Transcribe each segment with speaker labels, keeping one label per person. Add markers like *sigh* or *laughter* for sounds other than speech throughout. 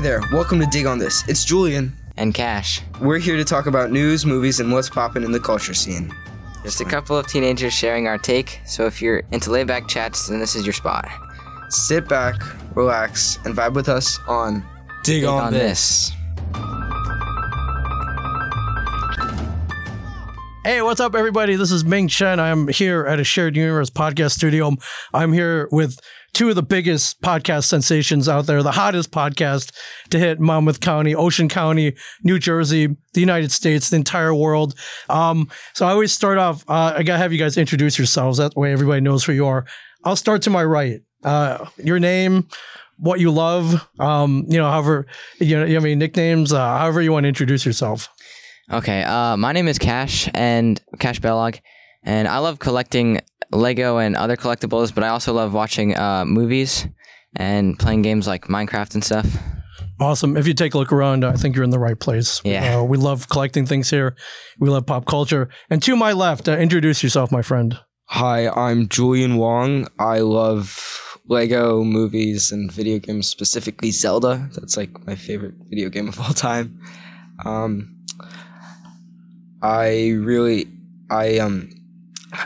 Speaker 1: there, welcome to Dig on This. It's Julian.
Speaker 2: and Cash.
Speaker 1: We're here to talk about news, movies, and what's poppin' in the culture scene.
Speaker 2: Just a couple of teenagers sharing our take, so if you're into layback chats, then this is your spot.
Speaker 1: Sit back, relax, and vibe with us on
Speaker 3: Dig,
Speaker 2: Dig
Speaker 3: on,
Speaker 2: on
Speaker 3: this.
Speaker 2: this.
Speaker 4: Hey, what's up, everybody? This is Ming Chen. I'm here at a shared universe podcast studio. I'm here with two of the biggest podcast sensations out there, the hottest podcast to hit Monmouth County, Ocean County, New Jersey, the United States, the entire world. Um, so I always start off, uh, I gotta have you guys introduce yourselves. That way everybody knows who you are. I'll start to my right. Uh, your name, what you love, um, you know, however, you know, you have any nicknames, uh, however you want to introduce yourself.
Speaker 2: Okay, uh, my name is Cash and Cash Bellog, and I love collecting Lego and other collectibles, but I also love watching uh, movies and playing games like Minecraft and stuff.
Speaker 4: Awesome. If you take a look around, I think you're in the right place.
Speaker 2: Yeah.
Speaker 4: Uh, we love collecting things here. We love pop culture. And to my left, uh, introduce yourself, my friend.
Speaker 1: Hi, I'm Julian Wong. I love Lego movies and video games, specifically Zelda. That's like my favorite video game of all time. Um, I really, I um,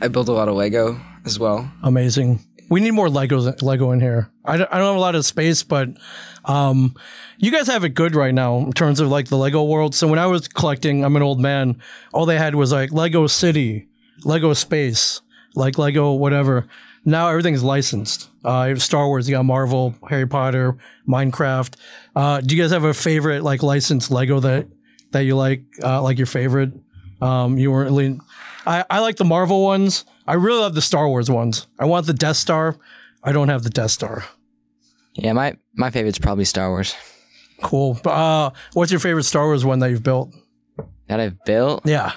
Speaker 1: I build a lot of Lego as well.
Speaker 4: Amazing. We need more Legos, Lego in here. I don't, I don't have a lot of space, but um, you guys have it good right now in terms of like the Lego world. So when I was collecting, I'm an old man. All they had was like Lego City, Lego Space, like Lego whatever. Now everything's licensed. Uh, you have Star Wars, you got Marvel, Harry Potter, Minecraft. Uh, do you guys have a favorite like licensed Lego that that you like, uh, like your favorite? Um, you weren't really. I, I like the Marvel ones. I really love the Star Wars ones. I want the Death Star. I don't have the Death Star.
Speaker 2: Yeah, my, my favorite's probably Star Wars.
Speaker 4: Cool. Uh, what's your favorite Star Wars one that you've built?
Speaker 2: That I've built?
Speaker 4: Yeah.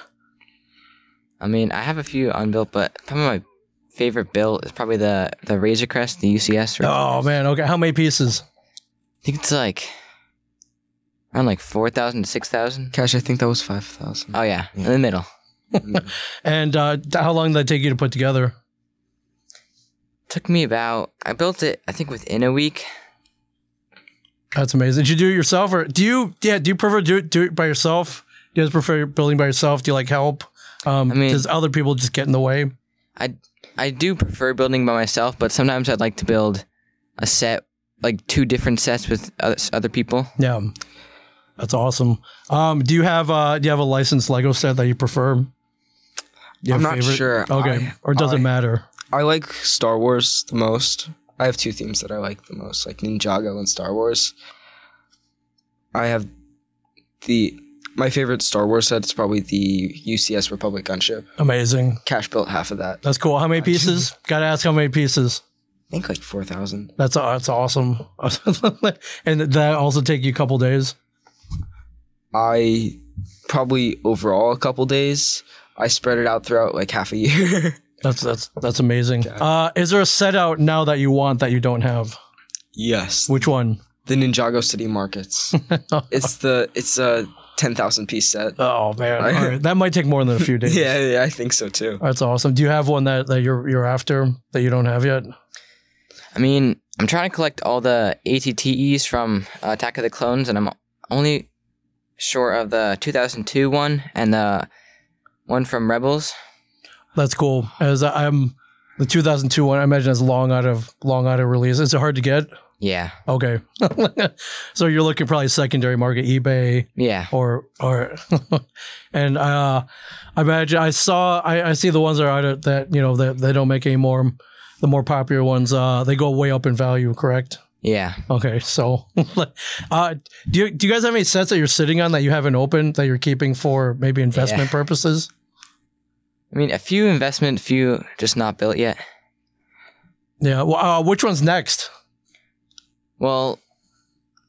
Speaker 2: I mean, I have a few unbuilt, but probably my favorite built is probably the, the Razor Crest, the UCS.
Speaker 4: Oh man. Okay. How many pieces?
Speaker 2: I think it's like around like 4,000 to 6,000.
Speaker 1: Cash, I think that was five thousand.
Speaker 2: Oh, yeah, in the middle.
Speaker 4: And uh, how long did that take you to put together?
Speaker 2: Took me about, I built it, I think within a week.
Speaker 4: That's amazing. Did you do it yourself, or do you? Yeah. Do you prefer do it, do it by yourself? Do you guys prefer building by yourself? Do you like help? Um,
Speaker 2: I mean-
Speaker 4: does other people just get in the way?
Speaker 2: I, I do prefer building by myself, but sometimes I'd like to build a set, like two different sets with oth- other people.
Speaker 4: Yeah. That's awesome. Um, do you have uh, do you have a licensed Lego set that you prefer? Do you
Speaker 1: I'm
Speaker 4: have a
Speaker 1: not sure.
Speaker 4: Okay,
Speaker 1: I-
Speaker 4: or does
Speaker 1: I-
Speaker 4: it matter?
Speaker 1: I like Star Wars the most. I have two themes that I like the most, like Ninjago and Star Wars. I have the my favorite Star Wars set is probably the UCS Republic gunship.
Speaker 4: Amazing.
Speaker 1: Cash built half of that. I
Speaker 4: That's cool. How many pieces? Gotta ask how many pieces.
Speaker 1: think like four thousand.
Speaker 4: That's that's awesome. *laughs* and that also take you a couple days.
Speaker 1: I probably overall a couple days. I spread it out throughout like half a year. *laughs*
Speaker 4: That's that's that's amazing. Uh, is there a set out now that you want that you don't have?
Speaker 1: yes,
Speaker 4: Which one?
Speaker 1: the Ninjago City Markets. it's the it's a ten thousand piece set.
Speaker 4: Oh man, All right. that might take more than a few days.
Speaker 1: Yeah, yeah, I think so too.
Speaker 4: That's awesome. Do you have one that, that you're you're after that you don't have yet?
Speaker 2: I mean, I'm trying to collect all the ATTEs from uh, Attack of the Clones, and I'm only short of the 2002 one and the one from Rebels.
Speaker 4: That's cool. As I- I'm the 2002 one, I imagine that's long out of long out of release. Is it hard to get?
Speaker 2: Yeah,
Speaker 4: Okay, *laughs* so you're looking probably secondary market, eBay,
Speaker 2: yeah.
Speaker 4: or or *laughs* and uh I imagine I saw I, I see the ones that are out of, that you know that they don't make anymore the more popular ones uh they go way up in value correct
Speaker 2: Yeah.
Speaker 4: okay so *laughs* uh do you do you guys have any sets that you're sitting on that you haven't opened that you're keeping for maybe investment
Speaker 2: Yeah.
Speaker 4: purposes
Speaker 2: I mean, a few investment, few just not built yet.
Speaker 4: yeah well uh, which one's next
Speaker 2: Well,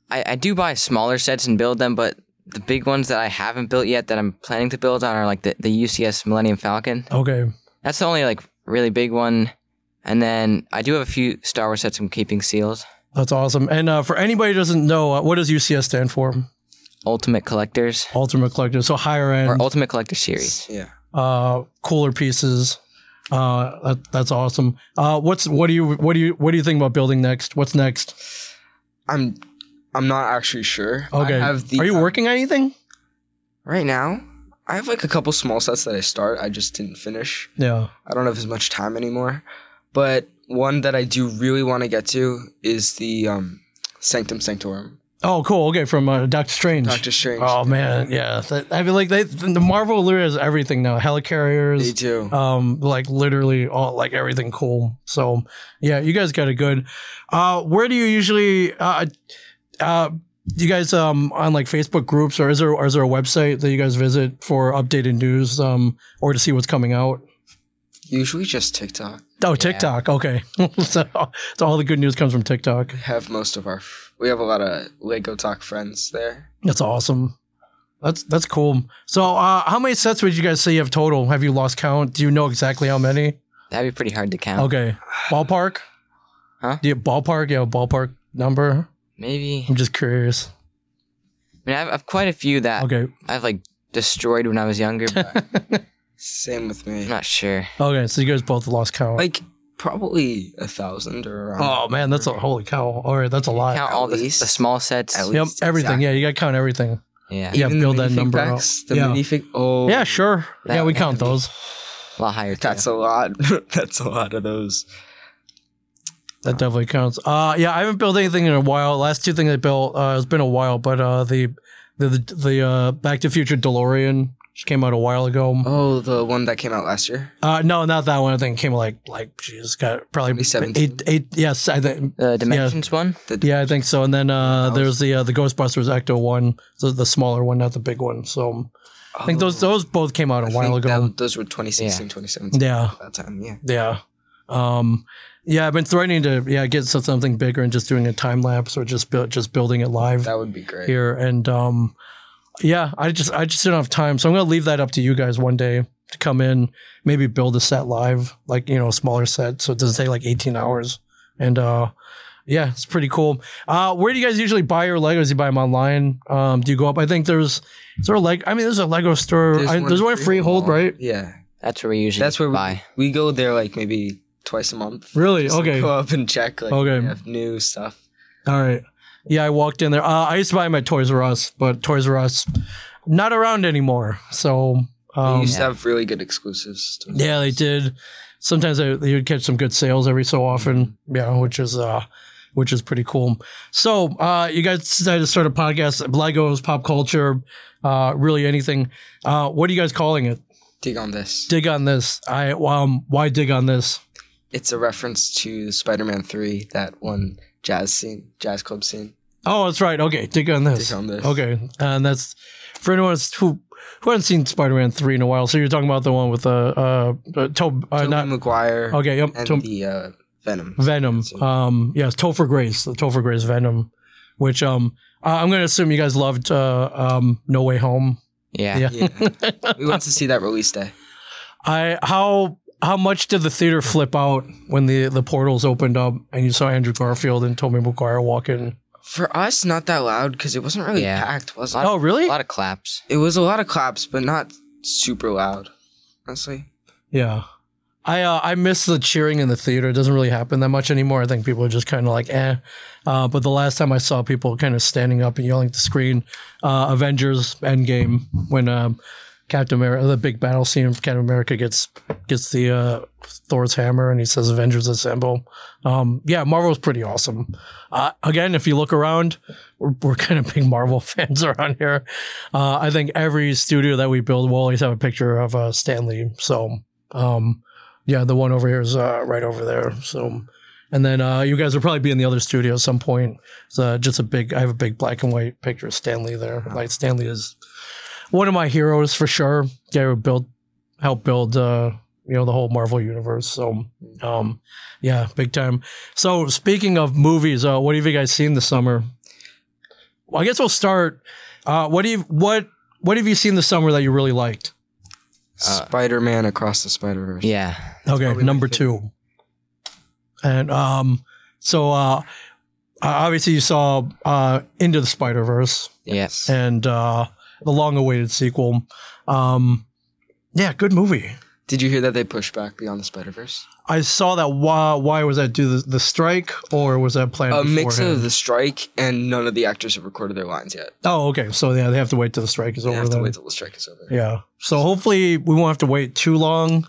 Speaker 2: I, I do buy smaller sets and build them, but the big ones that I haven't built yet that I'm planning to build on are like the, the UCS Millennium Falcon.
Speaker 4: okay
Speaker 2: That's the only like really big one. And then I do have a few Star Wars sets I'm keeping sealed.
Speaker 4: that's awesome and uh for anybody who doesn't know uh, what does UCS stand for
Speaker 2: Ultimate Collectors
Speaker 4: ultimate collector so higher end
Speaker 2: or Ultimate Collector Series.
Speaker 1: Yeah.
Speaker 4: uh, cooler pieces. Uh, that, that's awesome. Uh, what's what do you what do you what do you think about building next? What's next?
Speaker 1: I'm I'm not actually sure.
Speaker 4: Okay.
Speaker 1: I have the,
Speaker 4: Are you working on anything?
Speaker 1: right now? I have like a couple small sets that I start. I just didn't finish.
Speaker 4: Yeah.
Speaker 1: I don't have as much time anymore. But one that I do really want to get to is the um, Sanctum Sanctorum.
Speaker 4: Oh, cool. Okay, from uh, Doctor Strange.
Speaker 1: Doctor Strange.
Speaker 4: Oh man, yeah. That- I mean, like they, the Marvel literally has everything now.
Speaker 1: they
Speaker 4: Helicarriers,
Speaker 1: do.
Speaker 4: um like literally all like everything cool so yeah you guys got it good uh where do you usually uh uh you guys um on like facebook groups or is there or is there a website that you guys visit for updated news um or to see what's coming out
Speaker 1: Usually just TikTok.
Speaker 4: oh tiktok okay *laughs* so, so all the good news comes from tiktok
Speaker 1: We have most of our. f- We have a lot of Lego Talk friends there.
Speaker 4: that's awesome that's that's cool so uh how many sets would you guys say you have total have you lost count do you know exactly how many
Speaker 2: That'd be pretty hard to count.
Speaker 4: okay ballpark
Speaker 2: Huh?
Speaker 4: do you ballpark you have a ballpark number
Speaker 2: Maybe.
Speaker 4: I'm just curious.
Speaker 2: I mean, I've, I've quite a few that
Speaker 4: Okay.
Speaker 2: I've like destroyed when I was younger, but
Speaker 1: Same with *laughs*
Speaker 2: I'm
Speaker 1: me.
Speaker 2: not sure.
Speaker 4: Okay. So you guys both lost count.
Speaker 1: Like probably a thousand or around.
Speaker 4: oh man, that's a holy cow. All right, that's a lot.
Speaker 2: Count
Speaker 1: Uh, at
Speaker 2: all the, the
Speaker 1: least-
Speaker 2: small sets.
Speaker 1: at
Speaker 4: yep.
Speaker 1: least,
Speaker 4: Everything.
Speaker 1: exactly.
Speaker 4: Yeah, you got to count everything.
Speaker 2: Yeah,
Speaker 4: Yeah,
Speaker 1: Even
Speaker 4: build
Speaker 1: the
Speaker 4: that
Speaker 1: minifig
Speaker 4: number up.
Speaker 1: packs, The
Speaker 4: Yeah.
Speaker 1: minifig. Oh.
Speaker 4: Yeah, sure.
Speaker 2: That
Speaker 4: yeah, we
Speaker 2: would
Speaker 4: count
Speaker 2: have to be-
Speaker 4: those.
Speaker 2: a lot higher.
Speaker 1: That's a lot. *laughs* That's a lot of those.
Speaker 4: That definitely counts. Uh, yeah, I haven't built anything in a while. Last two things I built, uh, it's been a while, but uh, the the the, the uh, Back to the Future DeLorean which came out a while ago.
Speaker 1: Oh, the one that came out last year.
Speaker 4: Uh, no, not that one. I think it came like like jeez, got probably
Speaker 1: 2017?
Speaker 4: eight eight. Yes, I think
Speaker 2: The dimensions one.
Speaker 4: Yeah, I think so. And then uh,
Speaker 1: House.
Speaker 4: there's the uh, the Ghostbusters Ecto one, so the smaller one, not the big one. So I think those those both came out a
Speaker 1: I
Speaker 4: while
Speaker 1: think
Speaker 4: ago.
Speaker 1: that- those were 2016, 2017.
Speaker 4: yeah,
Speaker 1: At that time, yeah.
Speaker 4: yeah, um, yeah. I've been threatening to yeah get so- something bigger and just doing a time lapse or just build just building it live
Speaker 1: That would be great.
Speaker 4: here. And um, yeah, I just I just didn't have time, so I'm gonna leave that up to you guys one day to come in, maybe build a set live, like you know, a smaller set, so it doesn't take like 18 hours. And uh, yeah, it's pretty cool. Uh, where do you guys usually buy your Legos? You buy them online? Um, do you go up? I think there's is there a leg? I mean, there's a Lego store. I- There's, one,
Speaker 1: in
Speaker 4: at Freehold,
Speaker 1: Mall.
Speaker 4: right?
Speaker 1: Yeah.
Speaker 2: That's where we usually
Speaker 1: That's where we-
Speaker 2: buy.
Speaker 1: We go there like maybe twice a month.
Speaker 4: Really?
Speaker 1: Just, like,
Speaker 4: Okay.
Speaker 1: Go
Speaker 4: All
Speaker 1: up and check like
Speaker 4: Okay.
Speaker 1: we have new stuff.
Speaker 4: right. Yeah, I walked in there. Uh, I used to buy them at Toys R Us, but Toys R Us not around anymore. So
Speaker 1: we
Speaker 4: um,
Speaker 1: used to have really good exclusives. To
Speaker 4: Yeah, they did. Sometimes they, they would catch some good sales every so often.
Speaker 1: Mm-hmm.
Speaker 4: Yeah, which is uh, which is pretty cool. So uh, you guys decided to start a podcast, Legos, pop culture, uh, really anything. Uh, what are you guys calling it?
Speaker 1: dig on this.
Speaker 4: Dig on this. I um, why dig on this?
Speaker 1: It's a reference to Spider-Man 3, that one jazz scene, jazz club scene.
Speaker 4: Oh, that's right. Okay, dig on this.
Speaker 1: Dig on this.
Speaker 4: Okay, and that's for anyone who's- who who hasn't seen Spider-Man three in a while. So you're talking about the one with uh, uh, uh, Tob- uh
Speaker 1: Tobey
Speaker 4: not
Speaker 1: Maguire
Speaker 4: okay, yep,
Speaker 1: and
Speaker 4: Tob-
Speaker 1: the uh, Venom.
Speaker 4: Venom. Um, yes, Topher Grace, the Topher Grace Venom, which um, uh, I'm going to assume you guys loved uh, um, No Way Home.
Speaker 2: Yeah.
Speaker 4: Yeah.
Speaker 1: Yeah.
Speaker 4: *laughs*
Speaker 1: we went to see that release day.
Speaker 4: I how how much did the theater flip out when the the portals opened up and you saw Andrew Garfield and Tobey Maguire walk in?
Speaker 1: For us, not that loud because it wasn't really
Speaker 2: Yeah.
Speaker 1: packed, was it?
Speaker 2: Lot-
Speaker 4: Oh,
Speaker 1: *laughs*
Speaker 4: really?
Speaker 2: A lot of claps.
Speaker 1: It was a lot of claps, but not super loud. Honestly,
Speaker 4: Yeah. I uh, I miss the cheering in the theater. It doesn't really happen that much anymore. I think people are just kind of like eh. Uh, but the last time I saw people kind of standing up and yelling at the screen, uh, Avengers Endgame when um, Captain America, the big battle scene of Captain America gets gets the uh, Thor's hammer and he says Avengers Assemble. Um, yeah, Marvel's pretty awesome. Uh, again, if you look around, we're, we're kind of big Marvel *laughs* fans around here. Uh, I think every studio that we build will always have a picture of uh, Stan Lee. So, um, yeah, the one over here is uh, right over there. So, and then uh, you guys will probably be in the other studio at some point. It's uh, just a big, I have a big black and white picture of Stan Lee there. Like, Stan Lee is one of my heroes for sure. Yeah, who built, helped build, uh, you know, the whole Marvel universe. So, um, yeah, big time. So, speaking of movies, uh, what have you guys seen this summer? Well, I guess we'll start. Uh, what do you what what have you seen this summer that you really liked?
Speaker 2: Uh,
Speaker 1: Spider-Man Across the Spider-Verse.
Speaker 2: Yeah.
Speaker 4: Okay,
Speaker 1: probably my
Speaker 4: number two. And um, so uh, uh, obviously you saw uh, Into the Spider Verse
Speaker 2: Yes.
Speaker 4: and uh, the long-awaited sequel. Um, yeah, good movie.
Speaker 1: Did you hear that they pushed back Beyond the Spider Verse?
Speaker 4: I saw that. Why? Why was that? Do the, the strike or was that planned?
Speaker 1: A mix of
Speaker 4: beforehand?
Speaker 1: the strike and none of the actors have recorded their lines yet.
Speaker 4: Oh, okay. So yeah, they have to wait till the strike is
Speaker 1: They
Speaker 4: over.
Speaker 1: have to
Speaker 4: then.
Speaker 1: wait till the strike is over.
Speaker 4: Yeah. So hopefully we won't have to wait too long.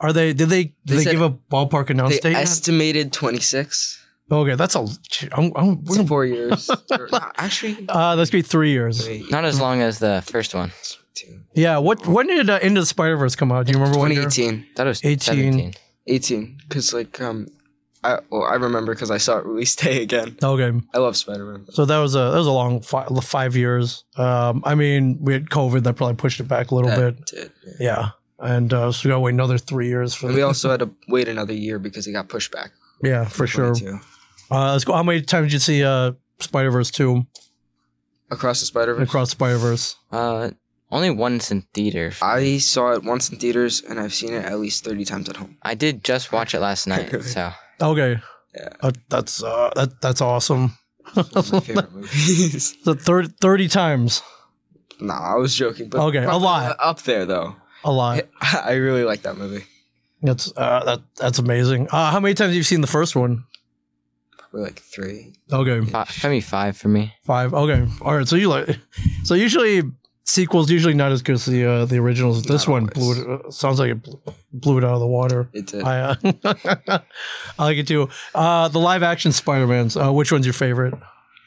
Speaker 4: Are they? Did they? Did
Speaker 1: They
Speaker 4: they,
Speaker 1: said-
Speaker 4: give a ballpark announce
Speaker 1: They
Speaker 4: date? yet?
Speaker 1: estimated 26.
Speaker 4: okay, that's a. I'm, I'm,
Speaker 1: It's four
Speaker 4: *laughs*
Speaker 1: years. Or- no, actually,
Speaker 4: uh, that's gonna be three years.
Speaker 1: wait,
Speaker 2: Not as long as the first one.
Speaker 1: two.
Speaker 4: Yeah. What? When did uh, Into the Spider Verse come out? Do you remember when? year?
Speaker 1: 2018.
Speaker 2: That was
Speaker 4: 18.
Speaker 2: 17.
Speaker 1: 18. Because, like, um, I, well, I remember because I saw it release *laughs* day again.
Speaker 4: Okay.
Speaker 1: I love Spider Man.
Speaker 4: So that was a that was a long fi- five years. Um, I mean, we had COVID that probably pushed it back a little bit. Yeah. And uh, so we gotta wait another three years for
Speaker 1: And we
Speaker 4: the,
Speaker 1: also had to wait another year because it got pushed back.
Speaker 4: yeah *laughs* for sure.
Speaker 1: 22.
Speaker 4: Uh, let's go. How many times did you see uh, Spider Verse two
Speaker 1: Across the Spider Verse.
Speaker 4: across Spider Verse?
Speaker 2: Uh, only once in theater.
Speaker 1: I saw it once in theaters, and I've seen it at least 30 times at home.
Speaker 2: I did just watch it
Speaker 1: *laughs*
Speaker 2: last night, so
Speaker 4: Okay,
Speaker 1: Yeah.
Speaker 4: uh, that's uh, that, that's awesome. *laughs*
Speaker 1: It's one of my favorite movies. *laughs*
Speaker 4: So thir- thirty times,
Speaker 1: no, I was joking. But
Speaker 4: Okay, a
Speaker 1: probably
Speaker 4: lot.
Speaker 1: Up there, though.
Speaker 4: a lot.
Speaker 1: *laughs* I really like that movie.
Speaker 4: That's uh, that that's amazing. Uh, how many times have you seen the first one?
Speaker 1: Probably like three.
Speaker 4: Okay,
Speaker 2: fi- maybe five for me.
Speaker 4: five. Okay, all right. So you like, *laughs* so usually sequels usually not as good as the uh, the originals. This
Speaker 1: Not
Speaker 4: one blew
Speaker 1: always.
Speaker 4: it. Uh, sounds like it blew, blew it out of the
Speaker 1: *laughs*
Speaker 4: water.
Speaker 1: It did.
Speaker 4: I uh, *laughs* I like it too. Uh, the live action Spider Man's. Uh, which one's your favorite?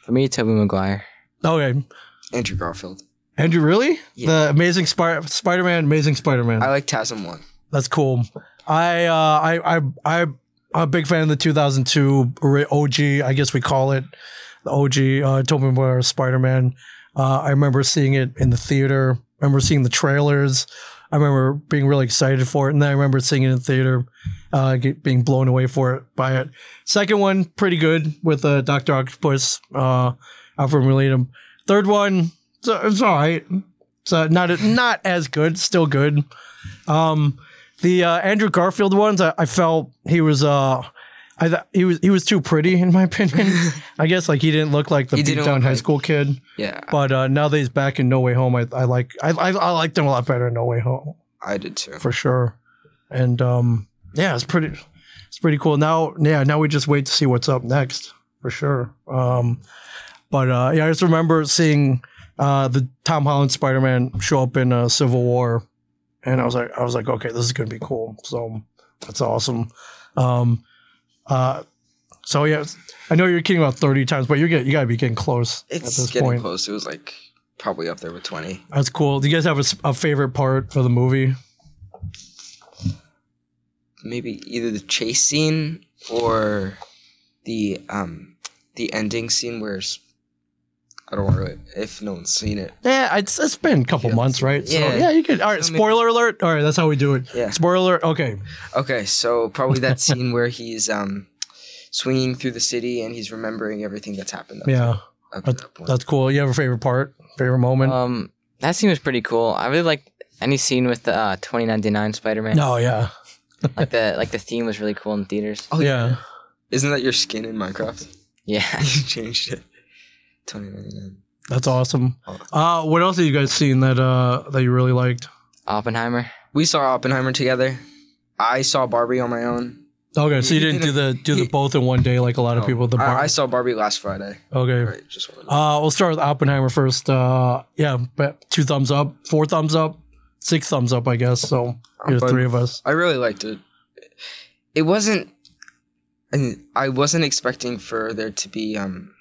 Speaker 2: For me, Toby Maguire.
Speaker 4: Okay,
Speaker 1: Andrew Garfield.
Speaker 4: Andrew, really?
Speaker 1: Yeah.
Speaker 4: The Amazing Spy- Spider Man, Amazing Spider Man.
Speaker 1: I like Tasm one. *laughs*
Speaker 4: That's cool. I uh, I I I I'm a big fan of the 2002 ori- OG. I guess we call it the OG. Uh, Tobey Maguire Spider Man. Uh, I remember seeing it in the theater. I remember seeing the trailers. I remember being really excited for it, and then I remember seeing it in the theater, uh, get, being blown away for it by it. Second one, pretty good with uh, Doctor Octopus, uh, Alfred Molina. Third one, it's, it's all right. It's uh, not not as good, still good. Um, the uh, Andrew Garfield ones, I, I felt he was uh, I th- he was he was too pretty in my *laughs* opinion. I guess like he didn't look like the
Speaker 1: He
Speaker 4: beat
Speaker 1: didn't
Speaker 4: down
Speaker 1: look
Speaker 4: high
Speaker 1: like-
Speaker 4: school kid.
Speaker 1: Yeah,
Speaker 4: But uh, now that he's back in No Way Home, I, I like I, I I liked him a lot better in No Way Home
Speaker 1: I did too.
Speaker 4: for sure. And um, yeah, it's pretty it's pretty cool. Now yeah, now we just wait to see what's up next for sure. Um, but uh, yeah, I just remember seeing uh, the Tom Holland Spider Man show up in uh, Civil War, and I was like I was like okay, this is gonna be cool. So that's awesome. Um, uh, so yeah, I know you're kidding about thirty times, but you're get, you gotta be getting close at
Speaker 1: It's
Speaker 4: this
Speaker 1: getting
Speaker 4: point.
Speaker 1: close. It was like probably up there with 20.
Speaker 4: That's cool. Do you guys have a s- a, favorite part for the movie?
Speaker 1: Maybe either the chase scene or the um the ending scene where s- I don't want to if no one's seen it.
Speaker 4: Yeah, it's, it's been a couple
Speaker 1: Yeah.
Speaker 4: months, right?
Speaker 1: Yeah.
Speaker 4: So, yeah, you could. All right,
Speaker 1: So maybe-
Speaker 4: spoiler alert. All right, that's how we do it.
Speaker 1: Yeah.
Speaker 4: Spoiler alert. Okay.
Speaker 1: Okay, so probably
Speaker 4: *laughs*
Speaker 1: that scene where he's um swinging through the city and he's remembering everything that's happened. Up
Speaker 4: Yeah,
Speaker 1: up to that point.
Speaker 4: that's cool. You have a favorite part, favorite moment?
Speaker 1: Uh,
Speaker 2: Um, that scene was pretty cool. I really liked any scene with the uh, 2099 Spider-Man.
Speaker 4: no, yeah.
Speaker 2: Like the like the theme was really cool in theaters.
Speaker 1: Oh,
Speaker 4: yeah.
Speaker 1: Isn't that your skin in Minecraft? *laughs*
Speaker 2: Yeah. *laughs*
Speaker 1: you changed it. 2099.
Speaker 4: That's awesome.
Speaker 1: Oh,
Speaker 4: Uh, what else have you guys seen that uh that you really liked?
Speaker 2: Oppenheimer.
Speaker 1: We saw Oppenheimer together. I saw Barbie on my own.
Speaker 4: Okay, so you
Speaker 1: He
Speaker 4: didn't do
Speaker 1: did
Speaker 4: the do the
Speaker 1: he-
Speaker 4: both in one day like a lot of people. The bar-
Speaker 1: Oh, I, I saw Barbie last Friday.
Speaker 4: okay.
Speaker 1: Right, just wanted to-
Speaker 4: Uh, we'll start with Oppenheimer first. Uh, yeah, but two thumbs up, four thumbs up, six thumbs up, I guess. So you're the
Speaker 1: Oh, But
Speaker 4: three of us.
Speaker 1: I really liked it. It wasn't. I mean, I wasn't expecting for there to be. um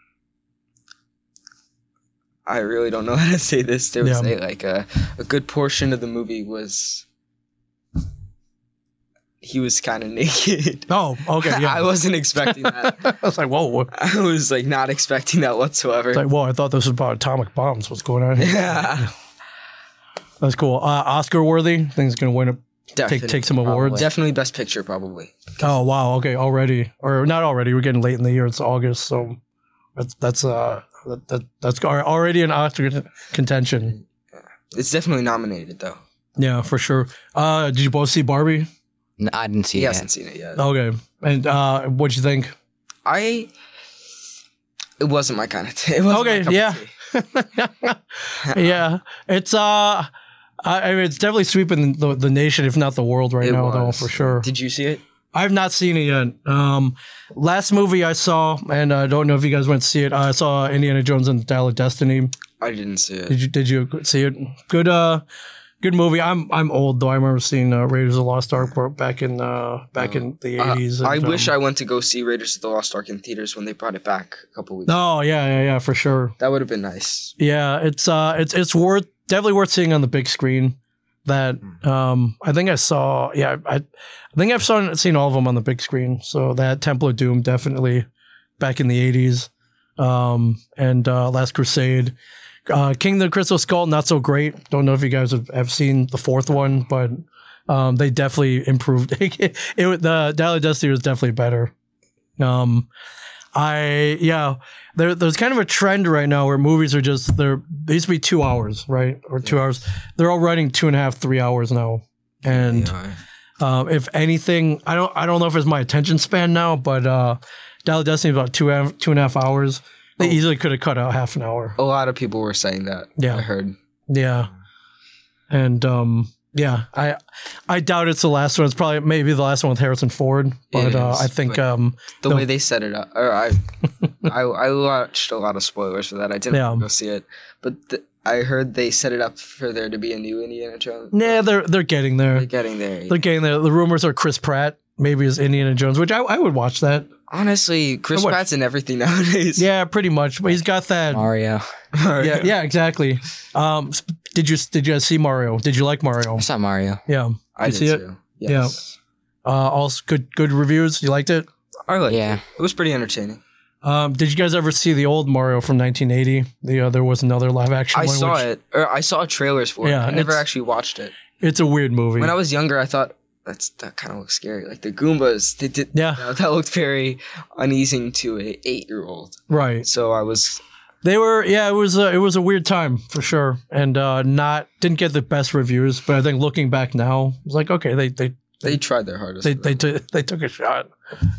Speaker 1: I really don't know *laughs* how to say this. There was a,
Speaker 4: Yeah.
Speaker 1: like a a good portion of the movie was. He was kind of *laughs* naked.
Speaker 4: Oh, okay. Yeah.
Speaker 1: *laughs* I wasn't expecting
Speaker 4: *laughs*
Speaker 1: that.
Speaker 4: I was like, whoa.
Speaker 1: I was like not expecting that whatsoever.
Speaker 4: It's like, whoa, I thought this was about atomic bombs. What's going on here?
Speaker 1: *laughs* yeah,
Speaker 4: *laughs* That's cool. Uh, Oscar worthy. Things gonna win. A,
Speaker 1: definitely,
Speaker 4: take take some awards.
Speaker 1: definitely best picture probably.
Speaker 4: Oh wow. Okay. Already or not already? We're getting late in the year. It's August, so that's that's uh that, that that's al- already an Oscar con- contention.
Speaker 1: It's definitely nominated though.
Speaker 4: Yeah, for sure. Uh, did you both see Barbie?
Speaker 2: N- I didn't see
Speaker 1: He
Speaker 2: it.
Speaker 1: hasn't seen
Speaker 4: Oh,
Speaker 1: it yet.
Speaker 4: Okay. And uh, what'd you think? *laughs*
Speaker 1: I. It wasn't my kind of thing. It wasn't my
Speaker 4: Okay,
Speaker 1: cup of
Speaker 4: yeah.
Speaker 1: tea.
Speaker 4: yeah, it's uh, I, I mean, it's definitely sweeping the, the nation, if not the world, right
Speaker 1: It
Speaker 4: now, though,
Speaker 1: was.
Speaker 4: for sure.
Speaker 1: Did you see it?
Speaker 4: I've not seen it yet. Um, last movie I saw, and I don't know if you guys went to see it. I saw Indiana Jones and the Dial of Destiny.
Speaker 1: I didn't see it.
Speaker 4: Did you Did you see it? Good, uh, good movie. I'm I'm old though. I remember seeing uh, Raiders of the Lost Ark back in uh, back in the
Speaker 1: Uh,
Speaker 4: eighties. um,
Speaker 1: I wish I went to go see Raiders of the Lost Ark in theaters when they brought it back a couple weeks.
Speaker 4: No, Oh, yeah, yeah, yeah, for sure.
Speaker 1: That would have been nice.
Speaker 4: Yeah, it's uh, it's it's worth definitely worth seeing on the big screen. That
Speaker 1: Hmm.
Speaker 4: um, I think I saw. Yeah, I, I think I've seen seen all of them on the big screen. So that Temple of Doom definitely back in the eighties, um, and uh, Last Crusade, uh, King of the Crystal Skull. Not so great. Don't know if you guys have, have seen the fourth one, but um, they definitely improved. *laughs* it, was- the Dial of Destiny was definitely better. Um, I yeah there, there's kind of a trend right now where movies are just they're they used to be two hours right or two hours they're all running two and a half three hours now and um, if anything i don't i don't know if it's my attention span now but uh dial of destiny is about two and a- two and a half hours they
Speaker 1: Oh.
Speaker 4: easily could have cut out half an hour
Speaker 1: a lot of people were saying that.
Speaker 4: Yeah.
Speaker 1: I heard.
Speaker 4: yeah and um yeah i i doubt it's the last one it's probably maybe the last one with harrison ford but uh,
Speaker 1: is,
Speaker 4: i think
Speaker 1: but-
Speaker 4: um
Speaker 1: the
Speaker 4: No.
Speaker 1: way they set it up. Or
Speaker 4: *laughs*
Speaker 1: I, I, I watched a lot of spoilers for that. I didn't
Speaker 4: Yeah.
Speaker 1: go see it, but th- I heard they set it up for there to be a new Indiana Jones.
Speaker 4: nah they're they're getting there
Speaker 1: They're getting there.
Speaker 4: They're getting the, the rumors are Chris Pratt maybe is Indiana Jones, which I, I would watch that.
Speaker 1: Honestly, Chris
Speaker 4: What?
Speaker 1: Pratt's in everything *laughs* nowadays.
Speaker 4: Yeah, pretty much. But he's got that.
Speaker 2: Mario.
Speaker 4: Yeah, yeah, exactly. Um, s- did you did you guys see Mario? Did you like Mario?
Speaker 2: It's not Mario.
Speaker 4: Yeah.
Speaker 1: I
Speaker 4: You
Speaker 1: did
Speaker 4: see it?
Speaker 1: too.
Speaker 4: Yeah.
Speaker 1: Yes.
Speaker 4: Uh, also good good reviews. You liked it.
Speaker 1: I liked
Speaker 2: Yeah.
Speaker 1: it. It was pretty entertaining.
Speaker 4: Um, did you guys ever see the old Mario from 1980? The uh, there was another live action.
Speaker 1: I
Speaker 4: one,
Speaker 1: saw
Speaker 4: which-
Speaker 1: it, or I saw trailers for
Speaker 4: Yeah,
Speaker 1: it. I never
Speaker 4: it's-
Speaker 1: actually watched it.
Speaker 4: It's a weird movie.
Speaker 1: When I was younger, I thought that's that kind of looks scary. Like the Goombas, they did.
Speaker 4: yeah,
Speaker 1: Now, *laughs* that looked very uneasing to a eight year old.
Speaker 4: right.
Speaker 1: So I was
Speaker 4: They were, yeah, it was a, it was a weird time for sure, and uh, not didn't get the best reviews. But I think looking back now, it's like okay, they they
Speaker 1: they tried their hardest.
Speaker 4: they
Speaker 1: with
Speaker 4: they
Speaker 1: it.
Speaker 4: took they took a shot,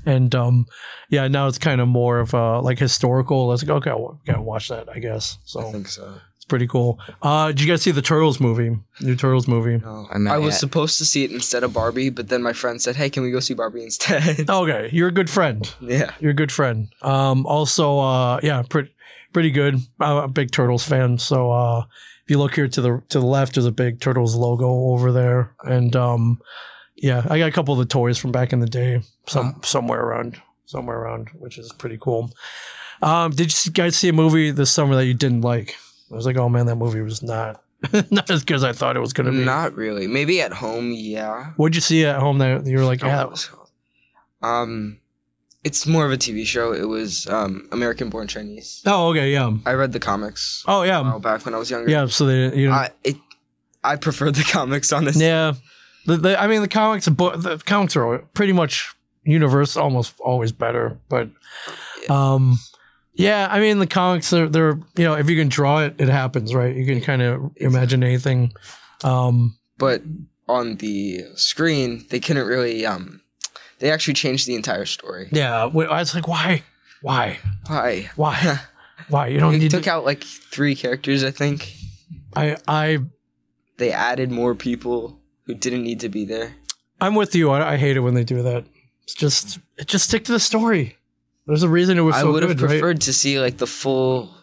Speaker 4: and um, yeah, now it's kind of more of uh like historical. Let's go, okay, I'll- gotta watch that, I guess.
Speaker 1: I
Speaker 4: So
Speaker 1: think so.
Speaker 4: it's pretty cool. Uh, did you guys see the Turtles movie? New Turtles movie.
Speaker 1: No.
Speaker 2: I'm not
Speaker 1: I was
Speaker 2: yet.
Speaker 1: supposed to see it instead of Barbie, but then my friend said, "Hey, can we go see Barbie instead?" *laughs*
Speaker 4: Okay, you're a good friend.
Speaker 1: yeah,
Speaker 4: You're a good friend. Um, also, uh, yeah, pretty pretty good. I'm a big Turtles fan, so uh, if you look here to the to the left, there's a big Turtles logo over there, and um, yeah, I got a couple of the toys from back in the day, some somewhere around, somewhere around, which is pretty cool. Um, did you guys see a movie this summer that you didn't like? I was like, oh man, that movie was not *laughs* not as good as I thought it was gonna be.
Speaker 1: not really. Maybe at home, yeah.
Speaker 4: What'd you see at home that you were
Speaker 1: Oh.
Speaker 4: like, yeah,
Speaker 1: Um, it's more of a TV show. It was um American Born Chinese.
Speaker 4: oh okay, yeah,
Speaker 1: I read the comics
Speaker 4: oh
Speaker 1: a
Speaker 4: yeah,
Speaker 1: while back when I was younger.
Speaker 4: yeah. So they, you know,
Speaker 1: I it, I preferred the *laughs* comics on this.
Speaker 4: Yeah, the, the, I mean the comics, but the comics are al- pretty much universe almost always better. But, um, yeah, I mean the comics they're, they're you know if you can draw it, it happens, right? You can kind of imagine anything. Um,
Speaker 1: But on the screen, they couldn't really um, they actually changed the entire story.
Speaker 4: yeah, wh- I was like, why, why,
Speaker 1: Why? *laughs*
Speaker 4: why, why? You *laughs* don't
Speaker 1: They
Speaker 4: need
Speaker 1: took
Speaker 4: to.
Speaker 1: out like three characters, I think.
Speaker 4: I I
Speaker 1: they added more people who didn't need to be there.
Speaker 4: I'm with you. I, I hate it when they do that. It's just just stick to the story. There's a reason it was
Speaker 1: I
Speaker 4: so
Speaker 1: would have
Speaker 4: good, right?
Speaker 1: preferred to see like the full,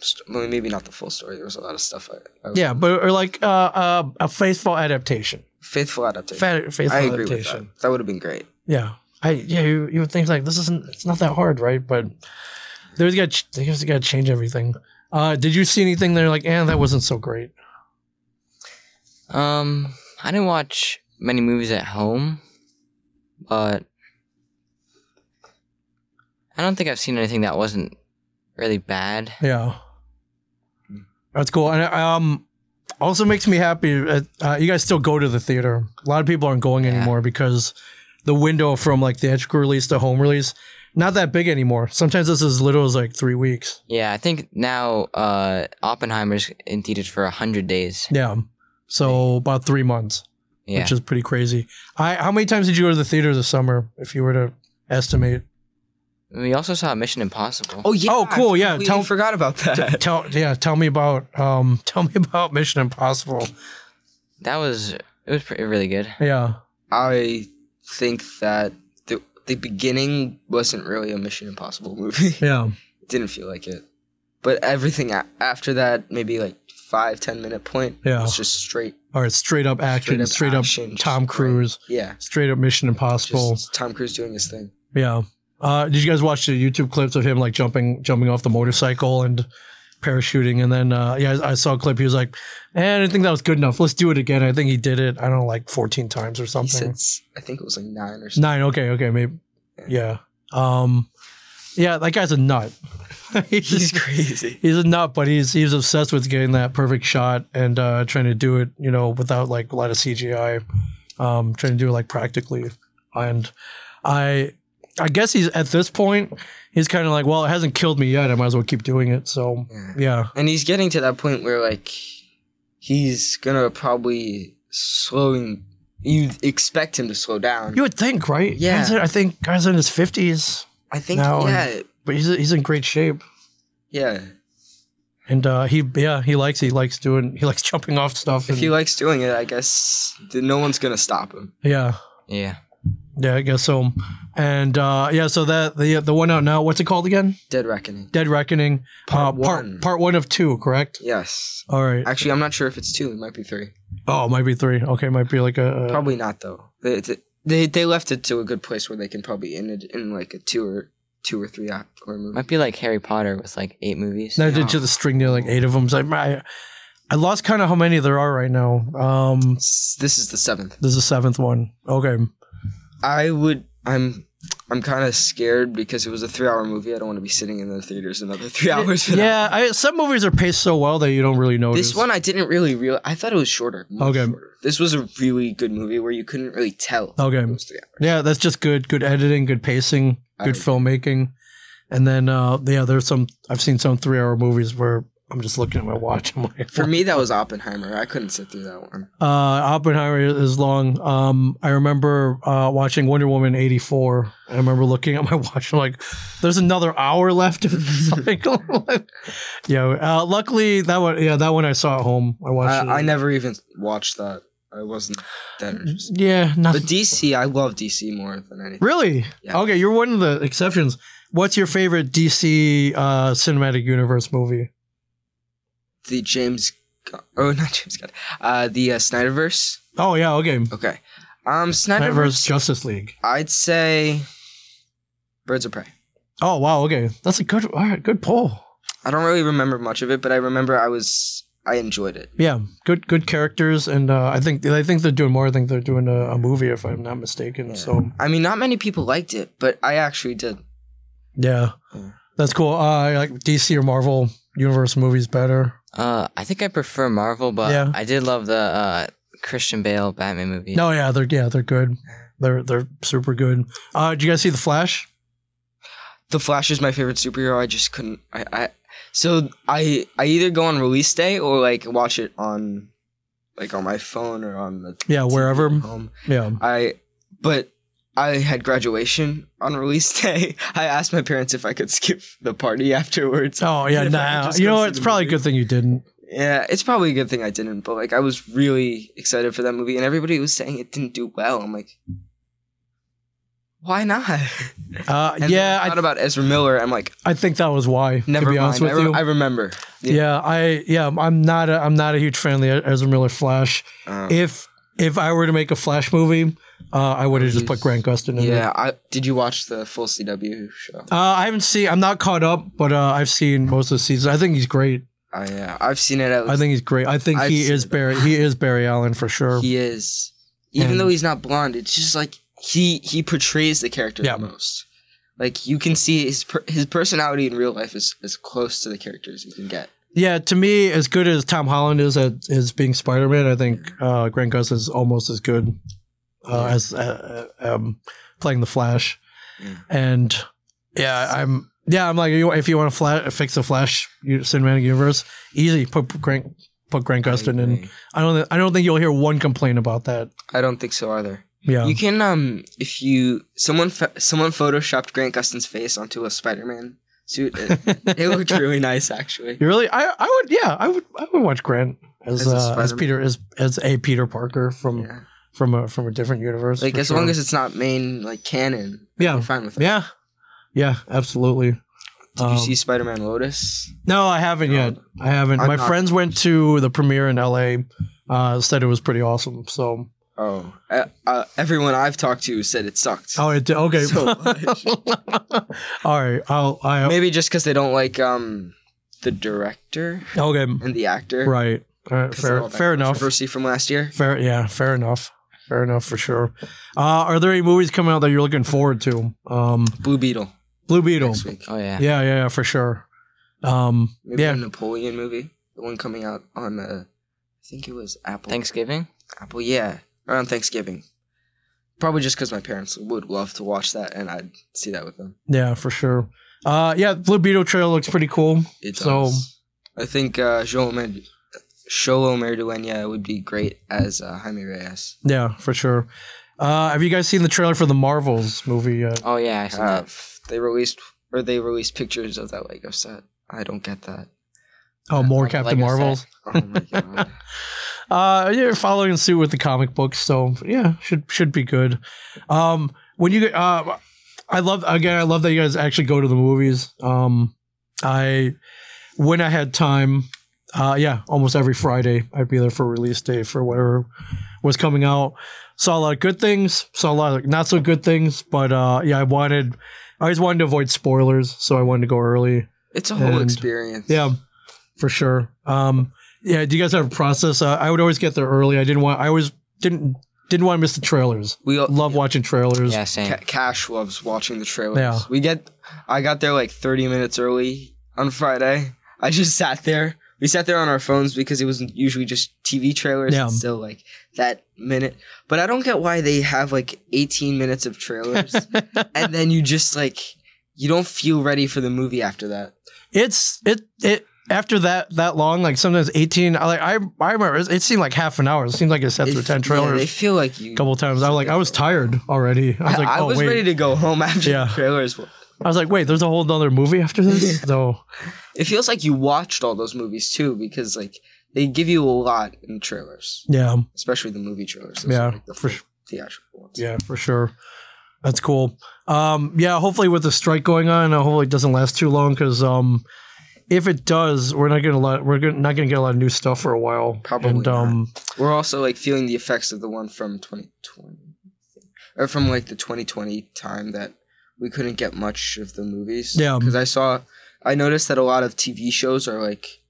Speaker 1: st- well, maybe not the full story. There was a lot of stuff. I, I was-
Speaker 4: Yeah, but or like uh, uh, a faithful adaptation.
Speaker 1: faithful adaptation.
Speaker 4: Fa- faithful
Speaker 1: I agree with
Speaker 4: adaptation.
Speaker 1: that. That would have been great.
Speaker 4: Yeah, I yeah you, you would think like this isn't it's not that hard, right? But they just got they just got to change everything. Uh, did you see anything there like, eh, that wasn't so great?
Speaker 2: Um, I didn't watch many movies at home, but I don't think I've seen anything that wasn't really bad.
Speaker 4: Yeah, that's cool. And um, also makes me happy. Uh, uh, you guys still go to the theater. A lot of people aren't going
Speaker 2: Yeah.
Speaker 4: anymore because the window from like the theatrical release to home release not that big anymore. Sometimes it's as little as like three weeks.
Speaker 2: Yeah, I think now uh, Oppenheimer's in theaters for hundred days.
Speaker 4: Yeah, so about three months.
Speaker 2: Yeah,
Speaker 4: which is pretty crazy. I how many times did you go to the theater this summer? If you were to estimate,
Speaker 2: we also saw Mission Impossible.
Speaker 1: Oh yeah.
Speaker 4: Oh, cool,
Speaker 1: I
Speaker 4: yeah,
Speaker 1: completely
Speaker 4: tell-
Speaker 1: forgot about that.
Speaker 4: *laughs* tell yeah, tell me about um, tell me about Mission Impossible.
Speaker 2: That was it was pretty really good.
Speaker 4: Yeah.
Speaker 1: I think that the the beginning wasn't really a Mission Impossible
Speaker 4: *laughs*
Speaker 1: movie.
Speaker 4: Yeah.
Speaker 1: Didn't feel like it. But everything a- after that, maybe like five ten minute point,
Speaker 4: Yeah.
Speaker 1: was just straight.
Speaker 4: Or it's straight up action, straight up,
Speaker 1: action, just
Speaker 4: Tom
Speaker 1: like-
Speaker 4: Cruise,
Speaker 1: yeah,
Speaker 4: straight up Mission Impossible.
Speaker 1: just Tom Cruise doing his thing.
Speaker 4: Yeah. Uh, did you guys watch the YouTube clips of him like jumping jumping off the motorcycle and parachuting? And then uh, yeah, I, I saw a clip. He was like, eh, "I didn't think that was good enough. Let's do it again." I think he did it. I don't know, like fourteen times or
Speaker 1: He
Speaker 4: something.
Speaker 1: said, s- I think it was like nine or something. *laughs*
Speaker 4: Nine. Okay. Okay. Maybe. Yeah. Um. Yeah, that guy's a nut. *laughs* he's
Speaker 1: He's
Speaker 4: *laughs*
Speaker 1: crazy.
Speaker 4: he's a nut, but he's he's obsessed with getting that perfect shot and uh, trying to do it, you know, without like a lot of CGI. Um, trying to do it like practically, and I I guess he's at this point he's kind of like, well, it hasn't killed me yet. I might as well keep doing it. So
Speaker 1: Yeah.
Speaker 4: yeah,
Speaker 1: And he's getting to that point where like he's gonna probably slowing. You expect him to slow down.
Speaker 4: you would think, right?
Speaker 1: Yeah.
Speaker 4: Guys in- I think guys in his fifties,
Speaker 1: I think
Speaker 4: No,
Speaker 1: yeah,
Speaker 4: but he's he's in great shape.
Speaker 1: yeah.
Speaker 4: And uh, he, yeah, he likes he likes doing he likes *laughs* jumping off stuff.
Speaker 1: If
Speaker 4: And,
Speaker 1: he likes doing it, I guess then no one's gonna stop him.
Speaker 4: yeah,
Speaker 2: Yeah.
Speaker 4: yeah, I guess so. And uh, yeah, so that the the one out now, what's it called again?
Speaker 1: Dead Reckoning.
Speaker 4: Dead Reckoning,
Speaker 1: Part
Speaker 4: uh, part
Speaker 1: one.
Speaker 4: part one of two, correct?
Speaker 1: Yes.
Speaker 4: All right.
Speaker 1: Actually, I'm not sure if it's two. It might be three.
Speaker 4: Oh, it might be three. Okay, it might be like a. a-
Speaker 1: Probably not though. They, they they left it to a good place where they can probably end it in like a two or two or three act or movie.
Speaker 2: Might be like Harry Potter with like eight movies.
Speaker 4: no, I did to the string there, like eight of them. So I, I, I lost kind of how many there are right now. Um,
Speaker 1: S- This is the seventh.
Speaker 4: there's a seventh one. Okay.
Speaker 1: I would. I'm. I'm kind of scared because it was a three-hour movie. I don't want to be sitting in the theaters another three hours. For that.
Speaker 4: Yeah, I, some movies are paced so well that you don't really notice.
Speaker 1: This one I didn't really real. I thought it was shorter. much
Speaker 4: Okay.
Speaker 1: shorter. This was a really good movie where you couldn't really tell.
Speaker 4: Okay.
Speaker 1: It was three hours.
Speaker 4: Yeah, that's just good. Good editing, good pacing,
Speaker 1: I
Speaker 4: good
Speaker 1: agree.
Speaker 4: filmmaking, and then uh, yeah, there's some. I've seen some three-hour movies where I'm just looking at my watch. I'm *laughs* like,
Speaker 1: For me, that was Oppenheimer. I couldn't sit through that one.
Speaker 4: Uh, Oppenheimer is long. Um, I remember uh, watching Wonder Woman '84. I remember looking at my *laughs* watch. I'm like, "There's another hour left." of
Speaker 1: *laughs*
Speaker 4: this cycle." yeah. Uh, luckily, that one. Yeah, that one I saw at home. I watched.
Speaker 1: I, I
Speaker 4: it. Mm-hmm.
Speaker 1: never even watched that. I wasn't that interested.
Speaker 4: Yeah.
Speaker 1: But
Speaker 4: Nothing.
Speaker 1: DC, I love DC more than anything.
Speaker 4: really?
Speaker 1: Yeah.
Speaker 4: Okay, you're one of the exceptions. What's your favorite DC uh, cinematic universe movie?
Speaker 1: The James, Gu- oh *laughs* not James Gunn, uh, the uh, Snyderverse.
Speaker 4: Oh yeah. Okay.
Speaker 1: Okay, um,
Speaker 4: Snyderverse
Speaker 1: Snyderverse.
Speaker 4: Justice League.
Speaker 1: I'd say Birds of Prey.
Speaker 4: Oh wow. Okay, that's a good. All right. Good poll.
Speaker 1: I don't really remember much of it, but I remember I was I enjoyed it.
Speaker 4: Yeah, good good characters, and uh, I think I think they're doing more. I think they're doing a, a movie, if I'm not mistaken. So
Speaker 1: I mean, not many people liked it, but I actually did.
Speaker 4: yeah,
Speaker 1: Yeah.
Speaker 4: that's cool. Uh, I like DC or Marvel universe movies better.
Speaker 2: Uh, I think I prefer Marvel, but
Speaker 4: Yeah.
Speaker 2: I did love the uh, Christian Bale Batman movie.
Speaker 4: No, yeah, they're yeah they're good. They're they're super good. Uh, did you guys see the Flash?
Speaker 1: The Flash is my favorite superhero. I just couldn't. I, I so I I either go on release day or like watch it on like on my phone or on the
Speaker 4: Yeah,
Speaker 1: TV
Speaker 4: wherever.
Speaker 1: at home.
Speaker 4: Yeah,
Speaker 1: I but I had graduation on release *laughs* day. I asked my parents if I could skip the party *laughs* afterwards.
Speaker 4: oh yeah,
Speaker 1: If I
Speaker 4: nah.
Speaker 1: just
Speaker 4: You
Speaker 1: go
Speaker 4: know
Speaker 1: see
Speaker 4: what? It's
Speaker 1: the
Speaker 4: probably a
Speaker 1: movie.
Speaker 4: good thing you didn't.
Speaker 1: Yeah, it's probably a good thing I didn't, but like I was really excited for that movie and everybody was saying it didn't do well. I'm like why not? *laughs*
Speaker 4: Uh,
Speaker 1: And then
Speaker 4: yeah,
Speaker 1: I
Speaker 4: I,
Speaker 1: thought about Ezra Miller. I'm like,
Speaker 4: I think that was why.
Speaker 1: never
Speaker 4: to be honest
Speaker 1: mind. I,
Speaker 4: with
Speaker 1: re-
Speaker 4: you,
Speaker 1: I remember.
Speaker 4: yeah. I yeah, I'm not a, I'm not a huge fan of the Ezra Miller Flash.
Speaker 1: Um,
Speaker 4: If if I were to make a Flash movie, uh, I would have just put Grant Gustin in it.
Speaker 1: yeah. I, did you watch the full CW show?
Speaker 4: Uh, I haven't seen. I'm not caught up, but uh, I've seen most of the season. I think he's great.
Speaker 1: I yeah, I've seen it. At
Speaker 4: I think he's great. I think
Speaker 1: I've
Speaker 4: he
Speaker 1: seen
Speaker 4: is
Speaker 1: it.
Speaker 4: Barry. He is Barry Allen for sure.
Speaker 1: he is, even
Speaker 4: And-
Speaker 1: though he's not blonde. It's just like he he portrays the character
Speaker 4: Yeah.
Speaker 1: the most. Like you can see his per- his personality in real life is as close to the character as you can get.
Speaker 4: yeah, to me, as good as Tom Holland is at is being Spider Man, I think uh, Grant Gustin is almost as good uh,
Speaker 1: Yeah.
Speaker 4: as uh, uh, um, playing the Flash.
Speaker 1: Yeah.
Speaker 4: And yeah, I'm yeah, I'm like you- if you want to fla- fix the Flash u- cinematic universe, easy put Grant put Grant Gustin in. I don't. thi- I don't think you'll hear one complaint about that.
Speaker 1: I don't think so either.
Speaker 4: Yeah. *laughs*
Speaker 1: You can um if you someone fa- someone photoshopped Grant Gustin's face onto a Spider-Man
Speaker 4: *laughs*
Speaker 1: suit. It, it looked really nice actually.
Speaker 4: You really? I. I would. Yeah. I would. I would watch Grant as
Speaker 1: As a
Speaker 4: uh, as
Speaker 1: Spider-Man.
Speaker 4: Peter as as a Peter Parker from
Speaker 1: Yeah.
Speaker 4: from a from a different universe.
Speaker 1: Like
Speaker 4: for
Speaker 1: as
Speaker 4: sure.
Speaker 1: long as it's not main like canon, I'm
Speaker 4: yeah
Speaker 1: fine with it.
Speaker 4: yeah yeah absolutely.
Speaker 1: Did
Speaker 4: Um,
Speaker 1: you see Spider-Man Lotus?
Speaker 4: No, I haven't yet. I haven't.
Speaker 1: I'm
Speaker 4: My
Speaker 1: not-
Speaker 4: friends went to the premiere in L.A. Uh, said it was pretty awesome. So
Speaker 1: Oh, uh, uh, everyone I've talked to said it sucked.
Speaker 4: oh, it, okay.
Speaker 1: *laughs* So
Speaker 4: *laughs* All right. I'll. I
Speaker 1: Maybe just because they don't like um the director
Speaker 4: okay.
Speaker 1: and the actor.
Speaker 4: Right. All right
Speaker 1: 'Cause of
Speaker 4: fair.
Speaker 1: all that
Speaker 4: Fair enough.
Speaker 1: Controversy from last year.
Speaker 4: Fair. Yeah. Fair enough. Fair enough for sure. Uh, are there any movies coming out that you're looking forward to? Um,
Speaker 1: Blue Beetle
Speaker 4: Blue Beetle.
Speaker 1: next week.
Speaker 2: Oh yeah.
Speaker 4: Yeah. Yeah. Yeah. For sure. Um,
Speaker 1: Maybe
Speaker 4: yeah.
Speaker 1: the Napoleon movie, the one coming out on uh, I think it was Apple.
Speaker 2: Thanksgiving.
Speaker 1: Apple, Uh, yeah, around Thanksgiving. Probably just because my parents would love to watch that, and I'd see that with them.
Speaker 4: Yeah. For sure. Uh, yeah. Blue Beetle trailer looks pretty cool.
Speaker 1: It
Speaker 4: So-
Speaker 1: does. I think uh, Joel Mer- Joel Merdueña would be great as uh, Jaime Reyes.
Speaker 4: Yeah. For sure. Uh, have you guys seen the trailer for the Marvels movie yet?
Speaker 2: Oh yeah, I seen
Speaker 1: Uh,
Speaker 2: that.
Speaker 1: f- they released or they released pictures of that Lego set. I don't get that.
Speaker 4: Oh, more
Speaker 2: Like
Speaker 4: Captain
Speaker 2: I said.
Speaker 4: Marvels.
Speaker 1: Oh
Speaker 4: *laughs*
Speaker 1: my god.
Speaker 4: Uh, you're following suit with the comic books, so yeah, should should be good. Um, when you get, uh, I love again, I love that you guys actually go to the movies. Um, I when I had time, uh, yeah, almost every Friday I'd be there for release day for whatever was coming out. Saw a lot of good things, saw a lot of not so good things, but uh, yeah, I wanted, I always wanted to avoid spoilers, so I wanted to go early.
Speaker 1: It's a whole
Speaker 4: And-
Speaker 1: experience.
Speaker 4: Yeah, for sure. Um, yeah. Do you guys have a process? Uh, I would always get there early. I didn't want. I always didn't didn't want to miss the trailers.
Speaker 1: we all,
Speaker 4: Love watching trailers.
Speaker 2: Yeah, same.
Speaker 1: Ca- Cash loves watching the trailers.
Speaker 4: Yeah.
Speaker 1: We get I got there like 30 minutes early on Friday. I just sat there. We sat there on our phones because it was usually just TV trailers
Speaker 4: Yeah.
Speaker 1: and still like that minute. But I don't get why they have like 18 minutes of
Speaker 4: *laughs*
Speaker 1: trailers and then you just like you don't feel ready for the movie after that.
Speaker 4: It's it it after that that long. Like sometimes eighteen. I like I I remember it, it seemed like half an hour. It seemed like it sat
Speaker 1: They
Speaker 4: through
Speaker 1: f-
Speaker 4: ten
Speaker 1: Yeah, they
Speaker 4: trailers
Speaker 1: feel like you
Speaker 4: a couple times. I was like I was tired already. I was like
Speaker 1: I, I
Speaker 4: oh
Speaker 1: was
Speaker 4: wait.
Speaker 1: ready to go home after
Speaker 4: Yeah.
Speaker 1: the trailers.
Speaker 4: I was like wait. There's a whole other movie
Speaker 1: *laughs*
Speaker 4: after this. So
Speaker 1: It feels like you watched all those movies too because like they give you a lot in trailers.
Speaker 4: yeah.
Speaker 1: especially the movie trailers. Those
Speaker 4: Yeah,
Speaker 1: are, like, the
Speaker 4: for
Speaker 1: full
Speaker 4: su-
Speaker 1: theatrical ones.
Speaker 4: Yeah, for sure. That's cool. Um, yeah, hopefully with the strike going on, uh, hopefully it doesn't last too long because um, if it does, we're not gonna lot, we're gonna, not gonna get a lot of new stuff for a while.
Speaker 1: Probably
Speaker 4: And um,
Speaker 1: we're also like feeling the effects of the one from 2020, or from like the 2020 time that we couldn't get much of the movies.
Speaker 4: Yeah.
Speaker 1: because I saw, I noticed that a lot of TV shows are like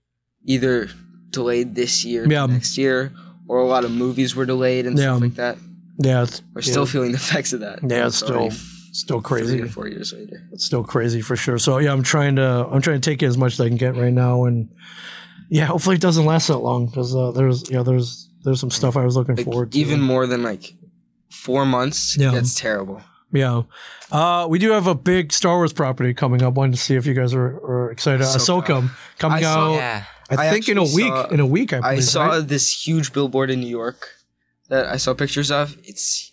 Speaker 1: either delayed this year,
Speaker 4: Yeah.
Speaker 1: to next year, or a lot of movies were delayed and
Speaker 4: Yeah.
Speaker 1: stuff like that.
Speaker 4: yeah, it's
Speaker 1: We're
Speaker 4: Yeah.
Speaker 1: still feeling the effects of that.
Speaker 4: Yeah, it's
Speaker 1: already
Speaker 4: still still
Speaker 1: Three or
Speaker 4: crazy.
Speaker 1: four years later.
Speaker 4: It's still crazy for sure. So yeah, I'm trying to I'm trying to take it as much as I can get right now, and yeah, hopefully it doesn't last that long because uh, there's yeah there's there's some stuff I was looking
Speaker 1: Like,
Speaker 4: forward to.
Speaker 1: even more than like four months.
Speaker 4: Yeah.
Speaker 1: that's terrible.
Speaker 4: Yeah. Uh, we do have a big Star Wars property coming up. Wanted to see if you guys are, are excited. Ahsoka,
Speaker 1: Ahsoka.
Speaker 4: coming
Speaker 1: I saw-
Speaker 4: out,
Speaker 2: yeah.
Speaker 4: I
Speaker 1: I
Speaker 4: think, in a
Speaker 1: actually
Speaker 4: week.
Speaker 1: saw-
Speaker 4: in a week, I believe.
Speaker 1: I saw
Speaker 4: right?
Speaker 1: this huge billboard in New York that I saw pictures of. It's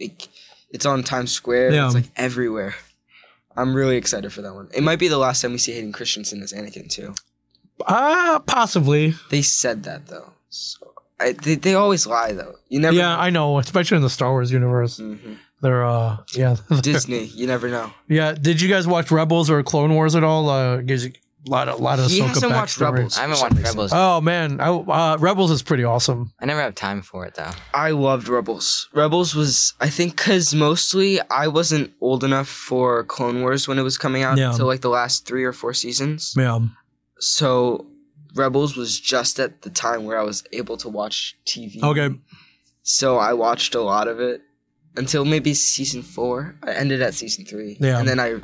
Speaker 1: like it's on Times Square.
Speaker 4: Yeah.
Speaker 1: It's like everywhere. I'm really excited for that one. It might be the last time we see Hayden Christensen as Anakin too.
Speaker 4: Ah, possibly.
Speaker 1: They said that though. So I, they, they always lie though. You never
Speaker 4: Yeah, I know. Especially in the Star Wars universe,
Speaker 1: Mhm.
Speaker 4: they're uh, yeah, *laughs*
Speaker 1: Disney, you never know.
Speaker 4: yeah. Did you guys watch Rebels or Clone Wars at all? Uh, gives you a lot of lot of
Speaker 1: He
Speaker 4: Ahsoka
Speaker 1: hasn't watched
Speaker 4: backstory.
Speaker 1: Rebels.
Speaker 2: I haven't
Speaker 1: For
Speaker 2: watched
Speaker 1: some reason.
Speaker 2: Rebels.
Speaker 4: Oh man, I, uh, Rebels is pretty awesome.
Speaker 2: I never have time for it though.
Speaker 1: I loved Rebels. Rebels was I think cuz mostly I wasn't old enough for Clone Wars when it was coming out
Speaker 4: Yeah.
Speaker 1: until like the last 3 or 4 seasons.
Speaker 4: Yeah,
Speaker 1: so Rebels was just at the time where I was able to watch TV.
Speaker 4: Okay.
Speaker 1: So I watched a lot of it until maybe season four. I ended at season three.
Speaker 4: Yeah.
Speaker 1: And then I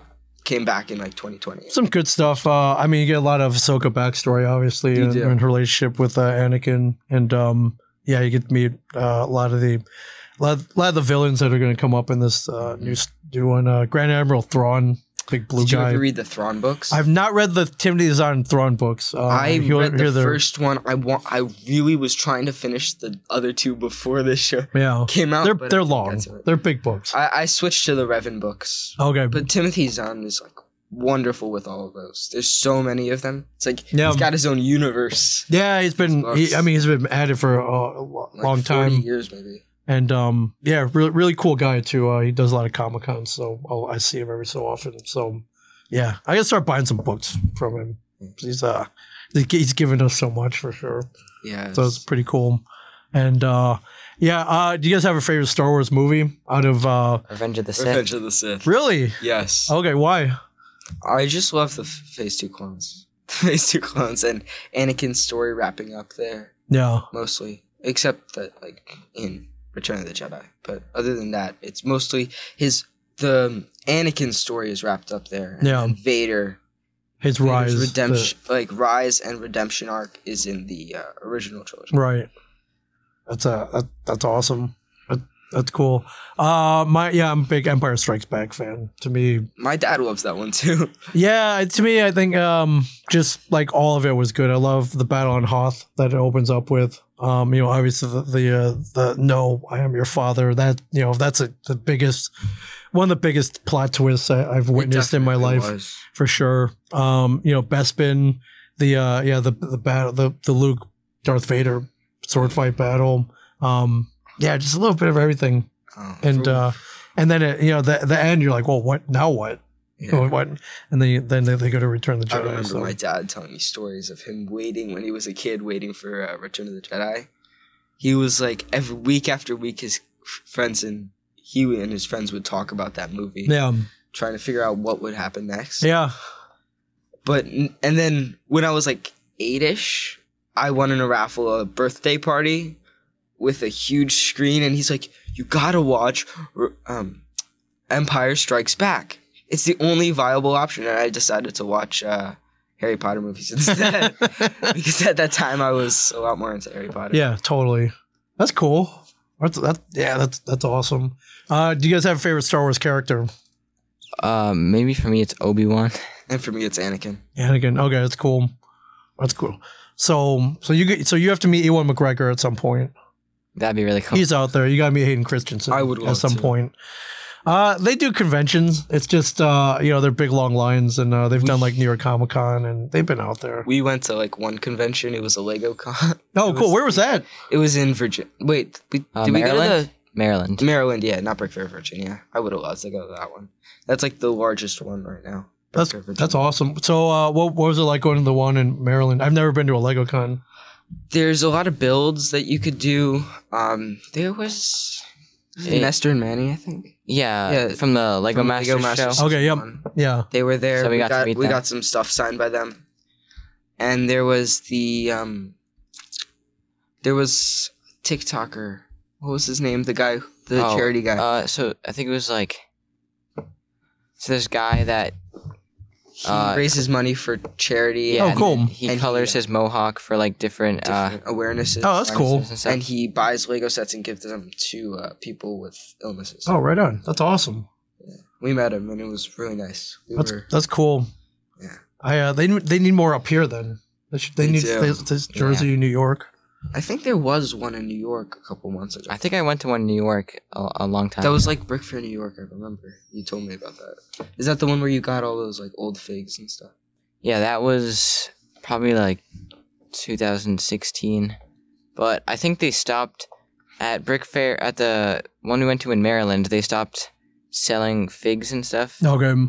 Speaker 1: came back in like 2020.
Speaker 4: some good stuff. Uh, I mean, you get a lot of Ahsoka backstory, obviously,
Speaker 1: You
Speaker 4: and,
Speaker 1: do.
Speaker 4: and her relationship with uh, Anakin, and um, yeah, you get to meet uh, a lot of the a lot, lot of the villains that are going to come up in this uh, new s- new one. Uh, Grand Admiral Thrawn, big blue
Speaker 1: Did you
Speaker 4: guy.
Speaker 1: ever read the Thrawn books?
Speaker 4: I've not read the Timothy Zahn Thrawn books. Uh,
Speaker 1: I
Speaker 4: hear-
Speaker 1: read the
Speaker 4: hear they're-
Speaker 1: first one. I want. I really was trying to finish the other two before this show *laughs*
Speaker 4: Yeah,
Speaker 1: came out.
Speaker 4: they're
Speaker 1: but I
Speaker 4: they're
Speaker 1: didn't
Speaker 4: long.
Speaker 1: get to it.
Speaker 4: They're big books.
Speaker 1: I, I switched to the Revan books,
Speaker 4: okay,
Speaker 1: but Timothy Zahn is like wonderful with all of those. There's so many of them. It's like
Speaker 4: Yeah.
Speaker 1: he's got his own universe.
Speaker 4: Yeah, he's been. He, I
Speaker 1: Xbox.
Speaker 4: mean, he's been at it for a, a lo-
Speaker 1: Like 40
Speaker 4: long time,
Speaker 1: years maybe.
Speaker 4: and um, yeah, really, really cool guy too. Uh, he does a lot of comic cons, so I'll, I see him every so often. So, yeah, I gotta start buying some books from him. He's uh, he's given us so much for sure.
Speaker 1: Yeah.
Speaker 4: So it's pretty cool. And uh, yeah, uh, do you guys have a favorite Star Wars movie out of? Uh,
Speaker 2: Revenge of the
Speaker 1: Revenge
Speaker 2: Sith.
Speaker 1: of the Sith.
Speaker 4: really?
Speaker 1: Yes.
Speaker 4: Okay, why?
Speaker 1: I just love the Phase Two clones. *laughs* Phase Two clones and Anakin's story wrapping up there
Speaker 4: Yeah,
Speaker 1: mostly, except that like in Return of the Jedi. But other than that, it's mostly his the Anakin story is wrapped up there. and
Speaker 4: Yeah.
Speaker 1: then Vader.
Speaker 4: his
Speaker 1: Vader's
Speaker 4: rise, the-
Speaker 1: redemption, like rise and redemption arc, is in the uh, original trilogy.
Speaker 4: Right. That's a that, that's awesome. That, that's cool. Uh, my yeah, I'm a big Empire Strikes Back fan. To me,
Speaker 1: My dad loves that one too.
Speaker 4: yeah, to me, I think um, just like all of it was good. I love the battle on Hoth that it opens up with. Um, you know, obviously the the, uh, the no, I am your father. That you know, that's a, the biggest one of the biggest plot twists *laughs* I, I've witnessed in my life for sure. Um, you know, Bespin, the uh, yeah, the the battle, the the Luke, Darth Vader sword fight battle. Um, yeah, just a little bit of everything,
Speaker 1: Um,
Speaker 4: and uh, and then it, you know the the end, you're like, well, what now? What *laughs* what? And then you- then they, they go to return the
Speaker 1: I
Speaker 4: Jedi.
Speaker 1: remember
Speaker 4: so-
Speaker 1: my dad telling me stories of him waiting when he was a kid, waiting for uh, Return of the Jedi. He was like every week after week, his f- friends and he and his friends would talk about that movie,
Speaker 4: yeah,
Speaker 1: trying to figure out what would happen next.
Speaker 4: yeah,
Speaker 1: But and then when I was like eight-ish, I won in a raffle a birthday party with a huge screen, and he's like, "You gotta watch r- um, Empire Strikes Back. It's the only viable option." And I decided to watch uh, Harry Potter movies *laughs* instead because at that time I was a lot more into Harry Potter.
Speaker 4: yeah, totally. That's cool. That's that. Yeah, that's that's awesome. Uh, do you guys have a favorite Star Wars character?
Speaker 2: Uh, maybe for me it's Obi Wan.
Speaker 1: and for me, it's Anakin.
Speaker 4: Anakin. Okay, that's cool. That's cool. So, so you get, so you have to meet Ewan McGregor at some point.
Speaker 2: *laughs* That'd be really cool.
Speaker 4: He's out there. You got to meet Hayden Christensen.
Speaker 1: I would
Speaker 4: at
Speaker 1: love
Speaker 4: some
Speaker 1: to.
Speaker 4: point. Uh, they do conventions. It's just uh, you know they're big long lines, and uh, they've done like New York Comic Con, and they've been out there.
Speaker 1: We went to like one convention. It was a Lego con. *laughs*
Speaker 4: Oh, cool. Where was that?
Speaker 1: It was in Virginia. Wait, we,
Speaker 2: Uh,
Speaker 1: did we go to
Speaker 2: Maryland?
Speaker 1: the
Speaker 2: Maryland.
Speaker 1: Maryland, yeah, not Brick Fair, Virginia. I would have loved to go to that one. That's like the largest one right now. Brick
Speaker 4: That's
Speaker 1: Fair, Virginia.
Speaker 4: that's awesome. So, uh, what, what was it like going to the one in Maryland? I've never been to a Lego Con.
Speaker 1: There's a lot of builds that you could do. Um, there was was it
Speaker 2: It-
Speaker 1: Nestor and Manny, I think.
Speaker 2: Yeah,
Speaker 1: Yeah,
Speaker 2: from the Lego
Speaker 1: From
Speaker 2: Masters show.
Speaker 1: Masters
Speaker 4: Okay, yep.
Speaker 1: one.
Speaker 4: Yeah,
Speaker 1: They were there.
Speaker 2: So we
Speaker 1: we,
Speaker 2: got to
Speaker 1: got,
Speaker 2: meet
Speaker 1: we
Speaker 2: them.
Speaker 1: got some stuff signed by them. And there was the um, there was TikToker. What was his name? The guy, the
Speaker 2: Oh,
Speaker 1: charity guy.
Speaker 2: Uh, so I think it was like. So this guy that
Speaker 1: Oh, he
Speaker 2: uh,
Speaker 1: raises money for charity.
Speaker 2: yeah,
Speaker 4: Oh,
Speaker 2: and
Speaker 4: cool.
Speaker 2: then he
Speaker 1: And he- uh,
Speaker 2: colors his mohawk for like different,
Speaker 1: and different awarenesses.
Speaker 4: Oh, that's
Speaker 2: uh,
Speaker 4: cool.
Speaker 2: and stuff.
Speaker 1: and he buys Lego sets and gives them to uh, people with illnesses.
Speaker 4: Oh, right on. That's awesome.
Speaker 1: We met him and it was really nice. We
Speaker 4: That's
Speaker 1: were
Speaker 4: that's cool.
Speaker 1: Yeah.
Speaker 4: I uh, they they need more up here then. They should, they
Speaker 1: Me
Speaker 4: need
Speaker 1: too.
Speaker 4: this, this Jersey, New York.
Speaker 1: I think there was one in New York a couple months ago.
Speaker 2: I think I went to one in New York a, a long time.
Speaker 1: that was like Brick Fair New York, I remember. You told me about that. Is that the one where you got all those like old figs and stuff?
Speaker 2: yeah, that was probably like 2016, but I think they stopped at Brick Fair at the one we went to in Maryland. They stopped selling figs and stuff.
Speaker 4: Okay.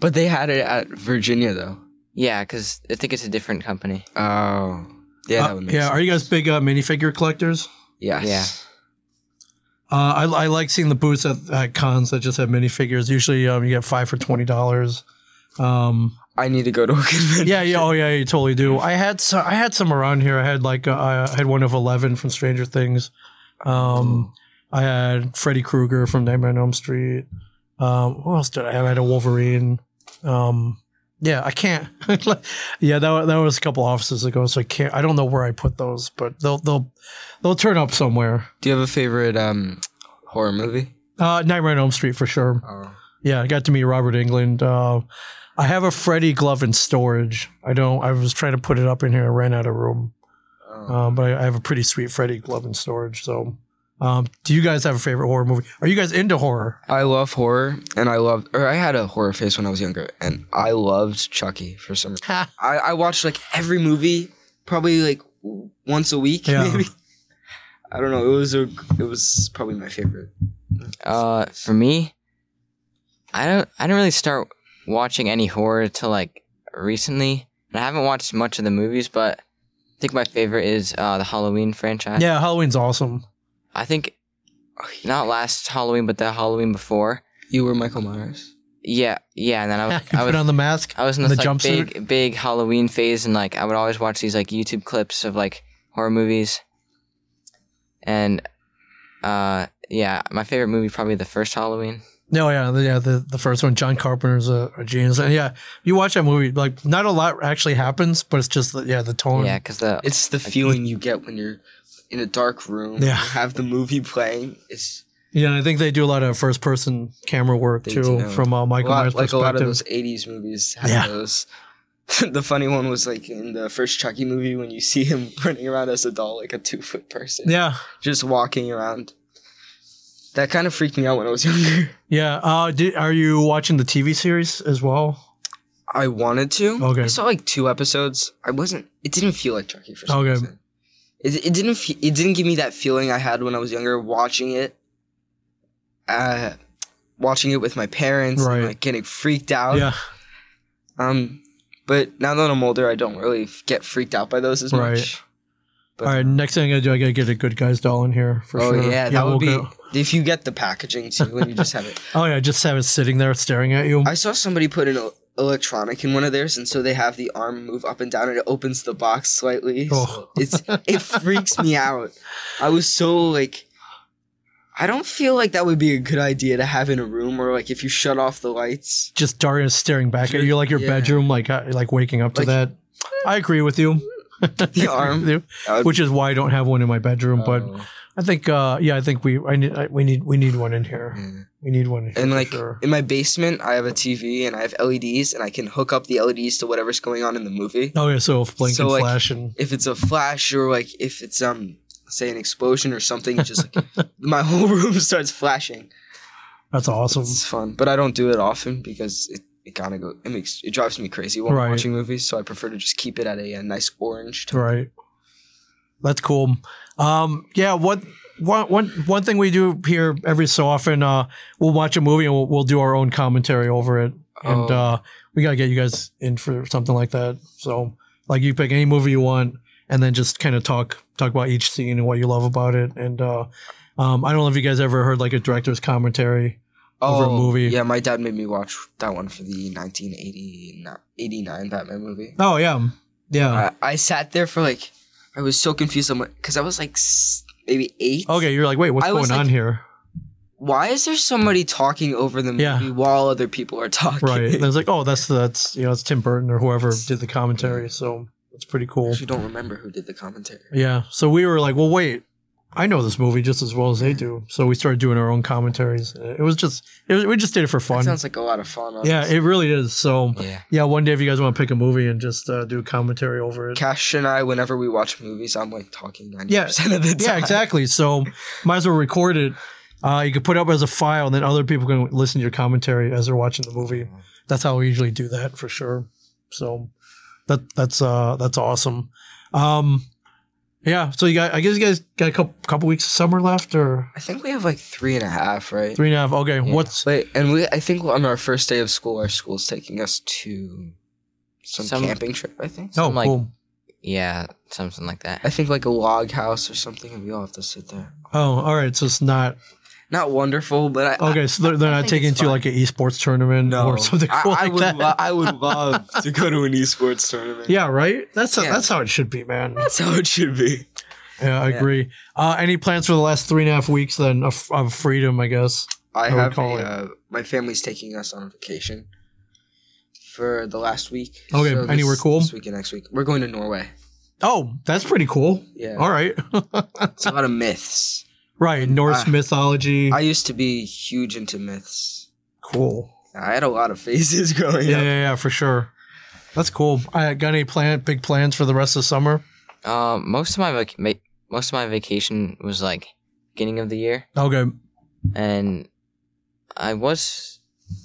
Speaker 1: But they had it at Virginia though.
Speaker 2: Yeah, because I think it's a different company.
Speaker 1: Oh. Yeah,
Speaker 4: Uh,
Speaker 1: that would make
Speaker 4: yeah. Are you guys big uh, minifigure collectors?
Speaker 1: Yes.
Speaker 4: Uh, I, I like seeing the booths at, at cons that just have minifigures. Usually, um, you get five for twenty dollars. Um,
Speaker 1: Yeah. I need to go to a convention.
Speaker 4: yeah, yeah, oh yeah, you totally do. I had so, I had some around here. I had like uh, I had one of Eleven from Stranger Things. Um, I had Freddy Krueger from Nightmare on Elm Street. Um, what else did I have? I had a Wolverine. Um, yeah, I can't. *laughs* yeah, that wa- that was a couple offices ago, so I can't. I don't know where I put those, but they'll they'll they'll turn up somewhere.
Speaker 1: Do you have a favorite um horror movie?
Speaker 4: Uh, Nightmare on Elm Street for sure.
Speaker 1: Oh.
Speaker 4: Yeah, I got to meet Robert England. Uh, I have a Freddy glove in storage. I don't. I was trying to put it up in here and ran out of room.
Speaker 1: oh.
Speaker 4: Um, but I, I have a pretty sweet Freddy glove in storage. So Um, do you guys have a favorite horror movie? Are you guys into
Speaker 1: *laughs*
Speaker 4: horror?
Speaker 1: I love horror, and I loved, or I had a horror face when I was younger, and I loved Chucky for some reason.
Speaker 4: Ha.
Speaker 1: I, I watched like every movie, probably like once a week,
Speaker 4: Yeah.
Speaker 1: maybe. *laughs* I don't know. It was a, it was probably my favorite.
Speaker 2: Uh, for me, I don't. I didn't really start watching any horror till like recently, and I haven't watched much of the movies. But I think my favorite is uh, the Halloween franchise.
Speaker 4: Yeah, Halloween's awesome.
Speaker 2: I think not last Halloween, but the Halloween before.
Speaker 1: Oh, You were Michael Myers.
Speaker 2: Yeah, yeah.
Speaker 4: *laughs*
Speaker 2: And then I,
Speaker 4: you
Speaker 2: was-
Speaker 4: put
Speaker 2: I was
Speaker 4: on the mask.
Speaker 2: I was in
Speaker 4: and
Speaker 2: this
Speaker 4: the
Speaker 2: like,
Speaker 4: jumpsuit.
Speaker 2: big big Halloween phase, and like I would always watch these like YouTube clips of like horror movies. And, uh, yeah, my favorite movie probably the first Halloween.
Speaker 4: No, yeah, the, yeah, the, the first one, John Carpenter's a, a genius. And yeah, you watch that movie, like not a lot actually happens, but it's just the, yeah, the tone.
Speaker 2: Yeah, because the
Speaker 1: It's the feeling you get when you're in a dark room.
Speaker 4: Yeah.
Speaker 1: You have the movie playing. It's
Speaker 4: Yeah, and I think they do a lot of first person camera work
Speaker 1: They
Speaker 4: too
Speaker 1: do.
Speaker 4: from uh,
Speaker 1: a
Speaker 4: Michael
Speaker 1: lot,
Speaker 4: Myers'
Speaker 1: like a
Speaker 4: perspective.
Speaker 1: lot of those '80s movies. Have
Speaker 4: Yeah.
Speaker 1: Those. *laughs* the funny one was like in the first Chucky movie when you see him *laughs* running around as a doll, like a two foot person,
Speaker 4: yeah,
Speaker 1: just walking around. That kind of freaked me out when I was *laughs* younger.
Speaker 4: yeah. Uh, did, are you watching the TV series as well?
Speaker 1: I wanted to.
Speaker 4: Okay.
Speaker 1: I saw like two episodes. I wasn't. It didn't feel like Chucky for some
Speaker 4: Okay.
Speaker 1: reason. It, it didn't. Fe- it didn't give me that feeling I had when I was younger watching it. Uh, watching it with my parents, and,
Speaker 4: Right.
Speaker 1: like getting freaked out.
Speaker 4: Yeah,
Speaker 1: Um, but now that I'm older, I don't really f- get freaked out by those as
Speaker 4: Right.
Speaker 1: much. But-
Speaker 4: All right, next thing I gotta do, I gotta get a good guys doll in here for
Speaker 1: oh
Speaker 4: sure.
Speaker 1: yeah, that
Speaker 4: we'll
Speaker 1: would be
Speaker 4: go-
Speaker 1: if you get the packaging too, and you just have it.
Speaker 4: Oh yeah, just have it sitting there staring at you.
Speaker 1: I saw somebody put an el- electronic in one of theirs, and so they have the arm move up and down, and it opens the box slightly.
Speaker 4: Oh.
Speaker 1: So it's it freaks me out. I was so like, I don't feel like that would be a good idea to have in a room, or like if you shut off the lights.
Speaker 4: just Daria staring back at you, like your
Speaker 1: Yeah.
Speaker 4: bedroom, like uh, like waking up to
Speaker 1: Like-
Speaker 4: that. I agree with you.
Speaker 1: *laughs* The arm. Oh.
Speaker 4: *laughs* With you.
Speaker 1: That would
Speaker 4: which is why I don't have one in my bedroom. But I think, uh, yeah, I think we, I need, I, we need, we need one in here.
Speaker 1: Yeah.
Speaker 4: We need one in here.
Speaker 1: And
Speaker 4: for
Speaker 1: like
Speaker 4: sure.
Speaker 1: in my basement, I have a TV and I have LEDs, and I can hook up the LEDs to whatever's going on in the movie.
Speaker 4: oh yeah, so if blink
Speaker 1: so,
Speaker 4: and
Speaker 1: like-
Speaker 4: flash and
Speaker 1: If it's a flash or like if it's um say an explosion or something, it's just
Speaker 4: *laughs*
Speaker 1: like my whole room starts flashing.
Speaker 4: that's awesome.
Speaker 1: It's fun, but I don't do it often because it, it kind of go it makes it drives me crazy while
Speaker 4: Right.
Speaker 1: I'm watching movies. So I prefer to just keep it at a, a nice orange. Tone.
Speaker 4: Right. That's cool. Um, yeah. What one one one thing we do here every so often, uh, we'll watch a movie and we'll, we'll do our own commentary over it, and
Speaker 1: Oh.
Speaker 4: uh, we gotta get you guys in for something like that. So, like, you pick any movie you want, and then just kind of talk talk about each scene and what you love about it. And uh, um, I don't know if you guys ever heard like a director's commentary. Over a movie.
Speaker 1: oh, Yeah, my dad made me watch that one for the 1989 Batman movie.
Speaker 4: Oh yeah, yeah.
Speaker 1: I, I sat there for like I was so confused because I was like s- maybe eight.
Speaker 4: Uh, okay, you're like, wait, what's
Speaker 1: I
Speaker 4: going
Speaker 1: was, like- *laughs*
Speaker 4: on here?
Speaker 1: Why is there somebody talking over the movie
Speaker 4: Yeah.
Speaker 1: while other people are talking? *laughs*
Speaker 4: Right. And I was like, oh, that's that's you know, it's Tim Burton or whoever did the commentary. So it's pretty
Speaker 1: I
Speaker 4: cool.
Speaker 1: actually don't remember who did the commentary.
Speaker 4: Yeah. So we were like, well, wait, I know this movie just as well as they do. So we started doing our own commentaries. It was just, it was, we just did it for
Speaker 1: That
Speaker 4: fun.
Speaker 1: sounds like a lot of fun.
Speaker 4: yeah,
Speaker 1: honestly.
Speaker 4: it really is. So
Speaker 2: yeah.
Speaker 4: yeah, one day if you guys want to pick a movie and just uh, do a commentary over it.
Speaker 1: Cash and I, whenever we watch movies, I'm like talking 90% of the time.
Speaker 4: Yeah, exactly. So might as well record it. Uh, you could put it up as a file, and then other people can listen to your commentary as they're watching the movie. That's how we usually do that for sure. So that that's uh that's awesome. Um, yeah. So you got, I guess you guys got a couple couple weeks of summer left, or
Speaker 1: I think we have like three and a half, right?
Speaker 4: Three and a half. Okay. What's
Speaker 1: Wait, and we I think on our first day of school, our school's taking us to some,
Speaker 2: Some-
Speaker 1: camping trip. I think.
Speaker 4: oh
Speaker 2: Some, like-
Speaker 4: cool.
Speaker 2: Yeah, something like
Speaker 1: I
Speaker 2: that.
Speaker 1: think like a log house or something, and we all have to sit there.
Speaker 4: Oh, all right. So it's not
Speaker 1: Not wonderful, but I,
Speaker 4: okay. So they're, they're
Speaker 1: I
Speaker 4: not
Speaker 1: think
Speaker 4: taking
Speaker 1: it's
Speaker 4: to
Speaker 1: fine.
Speaker 4: like an esports tournament or something cool
Speaker 1: I, I
Speaker 4: *laughs* like
Speaker 1: would
Speaker 4: that.
Speaker 1: lo- I would
Speaker 4: *laughs*
Speaker 1: love to go to an esports tournament.
Speaker 4: yeah. Right. That's
Speaker 1: Yeah.
Speaker 4: that's how it should be, man.
Speaker 1: That's how it should be.
Speaker 4: Yeah, I
Speaker 1: Yeah.
Speaker 4: agree. Uh, any plans for the last three and a half weeks then of, of freedom? I guess.
Speaker 1: I
Speaker 4: I would
Speaker 1: have a,
Speaker 4: call it.
Speaker 1: uh, my family's taking us on vacation for the last week.
Speaker 4: Okay,
Speaker 1: so
Speaker 4: anywhere
Speaker 1: this-
Speaker 4: cool?
Speaker 1: This week and next week, we're going to Norway.
Speaker 4: Oh, that's pretty cool.
Speaker 1: Yeah,
Speaker 4: All right. *laughs*
Speaker 1: it's a lot of myths.
Speaker 4: right. Norse
Speaker 1: I-
Speaker 4: mythology.
Speaker 1: Ah. I used to be huge into myths.
Speaker 4: cool.
Speaker 1: I had a lot of phases *laughs* growing
Speaker 4: Yeah, yeah,
Speaker 1: up.
Speaker 4: yeah, for sure. That's cool. I got any plan, big plans for the rest of summer?
Speaker 2: Uh, most of my vac- ma- most of my vacation was like beginning of the year,
Speaker 4: Okay.
Speaker 2: and I was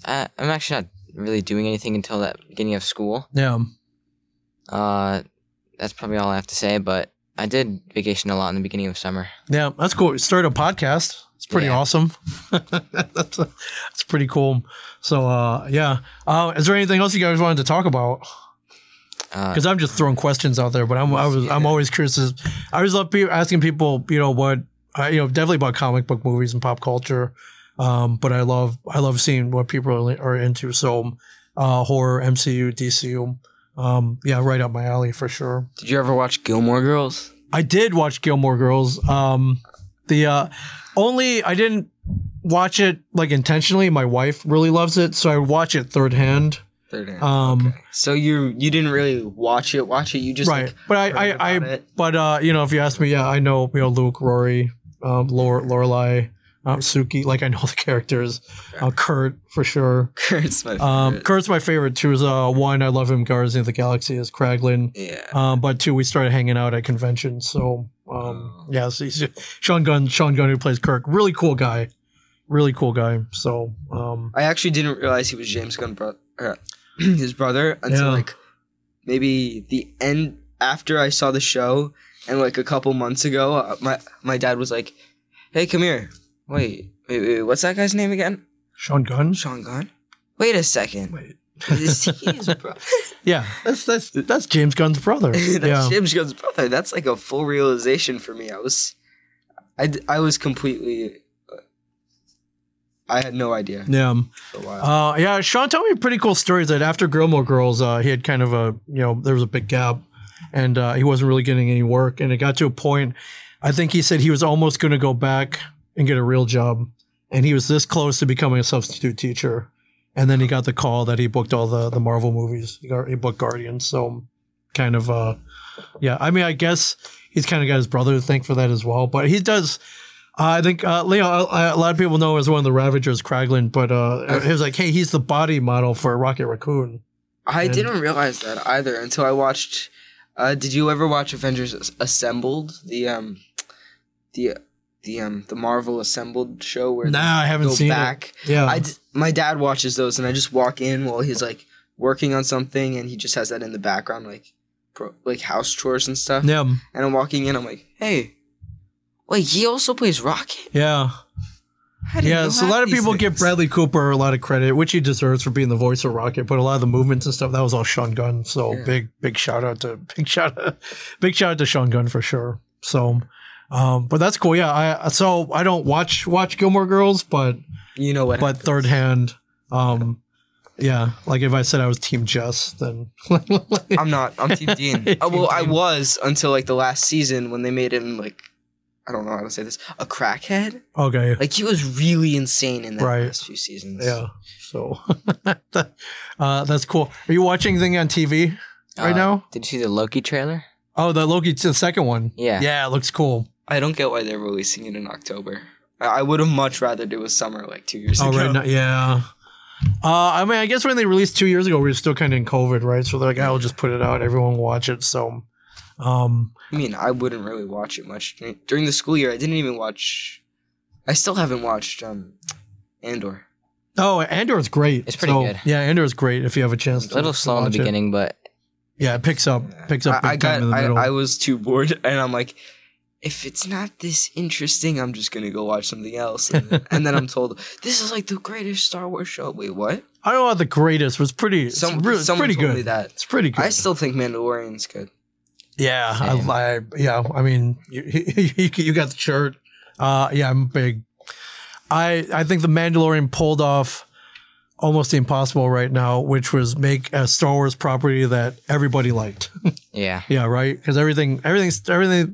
Speaker 2: I, I'm actually not really doing anything until that beginning of school.
Speaker 4: Yeah.
Speaker 2: Uh, that's probably all I have to say. But I did vacation a lot in the beginning of summer.
Speaker 4: Yeah. That's cool. You started a podcast. It's pretty
Speaker 2: Yeah.
Speaker 4: awesome. *laughs* that's, that's pretty cool. So, uh, yeah. Uh, is there anything else you guys wanted to talk about?
Speaker 2: Uh,
Speaker 4: because I'm just throwing questions out there. But I'm I was I'm always curious. as- I always love pe- asking people, you know, what I, you know, definitely about comic book movies and pop culture. Um, but I love I love seeing what people are, are into. So uh, horror, MCU, DCU, um, yeah, right up my alley for sure.
Speaker 1: Did you ever watch Gilmore Girls?
Speaker 4: I did watch Gilmore Girls. Um, the uh, only I didn't watch it like intentionally. My wife really loves it, so I watch it third hand.
Speaker 1: Third hand.
Speaker 4: Um,
Speaker 1: Okay. So you you didn't really watch it, watch it. You just
Speaker 4: right,
Speaker 1: like,
Speaker 4: but I
Speaker 1: heard
Speaker 4: I, I
Speaker 1: about it. *laughs*
Speaker 4: But uh, you know, if you ask me, yeah, I know you know Luke, Rory, um, Lore, Lorelai, um, Suki. Like I know *laughs* the characters. Uh, Kurt for sure.
Speaker 1: Kurt's my
Speaker 4: Um,
Speaker 1: favorite.
Speaker 4: Kurt's my favorite too. Is uh, one I love him. Guardians of the Galaxy is Kraglin.
Speaker 1: yeah.
Speaker 4: Um, but two, we started hanging out at conventions. So um, yeah, so he's, Sean Gunn, Sean Gunn who plays Kirk, really cool guy, really cool guy. So um,
Speaker 1: I actually didn't realize he was James Gunn, bro- uh, *clears throat* his brother, until
Speaker 4: Yeah.
Speaker 1: like maybe the end after I saw the show, and like a couple months ago, uh, my my dad was like, "Hey, come here. Wait, wait, wait what's that guy's name again?
Speaker 4: Sean Gunn.
Speaker 1: Sean Gunn. Wait a second.
Speaker 4: Wait.
Speaker 1: Is he his
Speaker 4: *laughs*
Speaker 1: brother?
Speaker 4: Yeah, that's that's that's James Gunn's *laughs* brother.
Speaker 1: That's
Speaker 4: yeah.
Speaker 1: James Gunn's brother. That's like a full realization for me. I was, I, d- I was completely. uh, I had no idea
Speaker 4: Yeah.
Speaker 1: for a while.
Speaker 4: Uh, yeah, Sean told me pretty cool stories that after Gilmore Girls, uh, he had kind of a you know there was a big gap, and uh, he wasn't really getting any work, and it got to a point. I think he said he was almost going to go back and get a real job, and he was this close to becoming a substitute teacher, and then he got the call that he booked all the the Marvel movies. He, got, he booked Guardians, so kind of uh, yeah. I mean, I guess he's kind of got his brother to thank for that as well, but he does. Uh, I think uh, Leo. uh, A lot of people know him as one of the Ravagers, Kraglin,
Speaker 1: *laughs*
Speaker 4: but uh, it was like, hey, he's the body model for Rocket Raccoon.
Speaker 1: I
Speaker 4: and-
Speaker 1: didn't realize that either until I watched. Uh, did you ever watch Avengers As- Assembled? The um, the the um, the Marvel Assembled show where
Speaker 4: Nah, I
Speaker 1: they
Speaker 4: haven't
Speaker 1: go
Speaker 4: seen
Speaker 1: back.
Speaker 4: it. Uh. Yeah,
Speaker 1: I d- my dad watches those, and I just walk in while he's like working on something, and he just has that in the background, like pro- like house chores and stuff.
Speaker 4: yeah,
Speaker 1: And I'm walking in, I'm like, hey, wait, he also plays Rocket.
Speaker 4: yeah,
Speaker 1: I didn't
Speaker 4: yeah.
Speaker 1: know
Speaker 4: So a
Speaker 1: half
Speaker 4: lot of
Speaker 1: these
Speaker 4: people give
Speaker 1: things."
Speaker 4: Bradley Cooper a lot of credit, which he deserves for being the voice of Rocket. But a lot of the movements and stuff that was all Sean Gunn. So
Speaker 1: Yeah.
Speaker 4: big, big shout out to *laughs* big shout, out, big shout out to Sean Gunn for sure. So, um, but that's cool. Yeah, I so I don't watch watch Gilmore Girls, but
Speaker 1: You know what?
Speaker 4: but
Speaker 1: happens.
Speaker 4: third hand, um, yeah. Like if I said I was Team Jess, then *laughs*
Speaker 2: Um,
Speaker 1: I'm not. I'm Team Dean. Oh, well, I
Speaker 4: Team Dean.
Speaker 1: was until like the last season when they made him like, I don't know how to say this, a crackhead.
Speaker 4: okay,
Speaker 1: Like he was really insane in the
Speaker 4: Right.
Speaker 1: last few seasons.
Speaker 4: yeah. So *laughs* uh, that's cool. Are you watching anything on TV right
Speaker 2: uh,
Speaker 4: now?
Speaker 2: Did you see the Loki trailer?
Speaker 4: Oh, the Loki, the second one.
Speaker 2: Yeah.
Speaker 4: Yeah, it looks cool.
Speaker 1: I don't get why they're releasing it in October. I, I would have much rather do a summer like two years
Speaker 4: Oh,
Speaker 1: ago.
Speaker 4: right now, yeah. Uh, I mean, I guess when they released two years ago, we were still kind of in COVID, right? So they're like, "I'll just put it out, everyone will watch it." So, um,
Speaker 1: I mean, I wouldn't really watch it much during, during the school year. I didn't even watch. I still haven't watched um, Andor.
Speaker 4: oh, Andor's great.
Speaker 2: It's pretty
Speaker 4: So,
Speaker 2: good.
Speaker 4: Yeah, Andor's great if you have a chance.
Speaker 2: It's
Speaker 4: to
Speaker 2: a little
Speaker 4: to
Speaker 2: slow in
Speaker 4: watch
Speaker 2: the
Speaker 4: it.
Speaker 2: beginning, but
Speaker 4: Yeah, it picks up, uh, picks up.
Speaker 1: I, I
Speaker 4: big time
Speaker 1: got.
Speaker 4: in the
Speaker 1: I,
Speaker 4: middle.
Speaker 1: I was too bored, *laughs* and I'm like, if it's not this interesting, I'm just gonna go watch something else. And
Speaker 4: *laughs*
Speaker 1: then, and then I'm told this is like the greatest Star Wars show. Wait, what?
Speaker 4: I don't know about the greatest. But it's pretty. It's
Speaker 1: Some-
Speaker 4: really, it's
Speaker 1: someone
Speaker 4: pretty
Speaker 1: told
Speaker 4: good.
Speaker 1: me that.
Speaker 4: It's pretty good.
Speaker 1: I still think Mandalorian's good.
Speaker 4: yeah, I,
Speaker 2: Same.
Speaker 4: I, yeah. I mean, you, *laughs* you, you got the shirt. Uh, yeah, I'm big. I I think the Mandalorian pulled off almost the impossible right now, which was make a Star Wars property that everybody liked.
Speaker 2: yeah.
Speaker 4: Yeah, right. Because everything, everything's everything,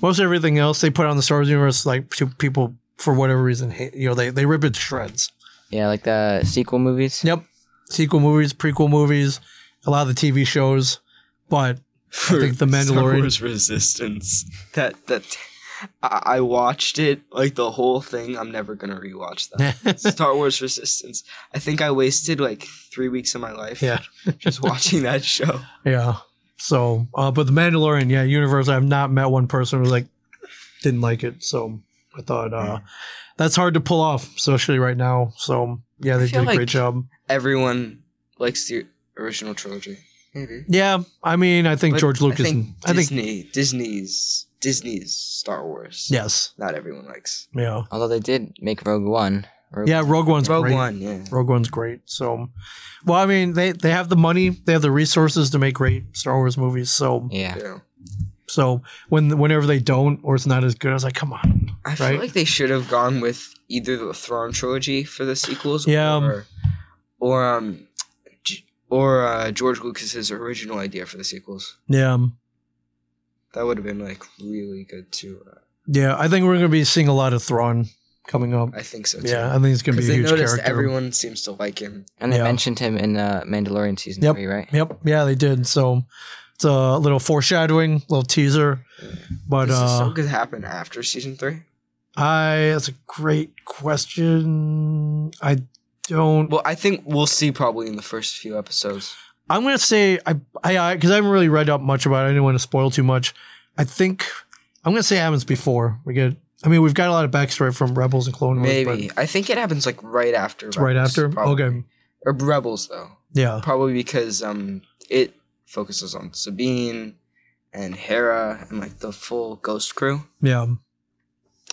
Speaker 4: most everything else they put on the Star Wars universe, like to people for whatever reason, hate, you know, they they rip it to shreds.
Speaker 2: Yeah, like the sequel movies.
Speaker 4: Yep. Sequel movies, prequel movies, a lot of the TV shows. But
Speaker 1: For
Speaker 4: think The
Speaker 1: Star
Speaker 4: Mandalorian-
Speaker 1: Wars Resistance. That that I, I watched it like the whole thing. I'm never gonna rewatch
Speaker 4: *laughs*
Speaker 1: that. Star Wars Resistance. I think I wasted like three weeks of my life
Speaker 4: yeah.
Speaker 1: *laughs* just watching that show.
Speaker 4: *laughs* Yeah. So, uh, but The Mandalorian, yeah, universe, I've not met one person who's like, didn't like it. So, I thought uh, that's hard to pull off, especially right now. So yeah, they
Speaker 1: feel
Speaker 4: did a
Speaker 1: like-
Speaker 4: great job.
Speaker 1: Everyone likes the original trilogy. Maybe.
Speaker 4: Yeah, I mean, I think
Speaker 1: But
Speaker 4: George Lucas.
Speaker 1: I think
Speaker 4: I think
Speaker 1: Disney. Disney's Disney's Star Wars.
Speaker 4: yes,
Speaker 1: Not everyone likes.
Speaker 4: yeah,
Speaker 2: Although they did make Rogue One. Rogue
Speaker 4: yeah. Rogue One's
Speaker 1: Rogue
Speaker 4: great.
Speaker 1: One. Yeah.
Speaker 4: Rogue One's great. So, well, I mean, they they have the money, they have the resources to make great Star Wars movies. So,
Speaker 2: Yeah.
Speaker 1: Yeah.
Speaker 4: so when whenever they don't or it's not as good, I was like, come on.
Speaker 1: I feel
Speaker 4: Right?
Speaker 1: like they should have gone with either the Throne trilogy for the sequels,
Speaker 4: Yeah, um,
Speaker 1: or or um, G- or uh, George Lucas's original idea for the sequels.
Speaker 4: Yeah, um,
Speaker 1: That would have been like really good too. Uh,
Speaker 4: yeah. I think we're gonna be seeing a lot of Thrawn coming up.
Speaker 1: I think so. Too.
Speaker 4: Yeah, I think it's gonna be
Speaker 1: because
Speaker 4: a
Speaker 1: they
Speaker 4: huge
Speaker 1: noticed
Speaker 4: character.
Speaker 1: everyone seems to like him.
Speaker 2: And they
Speaker 4: Yeah.
Speaker 2: mentioned him in uh, Mandalorian season
Speaker 4: Yep.
Speaker 2: three, right?
Speaker 4: Yep. Yeah, they did. So it's a little foreshadowing, little teaser. But
Speaker 1: Does this
Speaker 4: uh,
Speaker 1: still could happen after season three?
Speaker 4: I that's a great question. I don't.
Speaker 1: Well, I think we'll see probably in the first few episodes.
Speaker 4: I'm gonna say I I because I, haven't really read up much about it. I didn't want to spoil too much. I think I'm gonna say it happens before we get. I mean, we've got a lot of backstory from Rebels and Clone Wars. but
Speaker 1: Maybe I think it happens like right after.
Speaker 4: it's right
Speaker 1: Rebels,
Speaker 4: after.
Speaker 1: probably.
Speaker 4: Okay.
Speaker 1: Or Rebels though.
Speaker 4: Yeah.
Speaker 1: probably because um it focuses on Sabine and Hera and like the full Ghost Crew
Speaker 4: Yeah.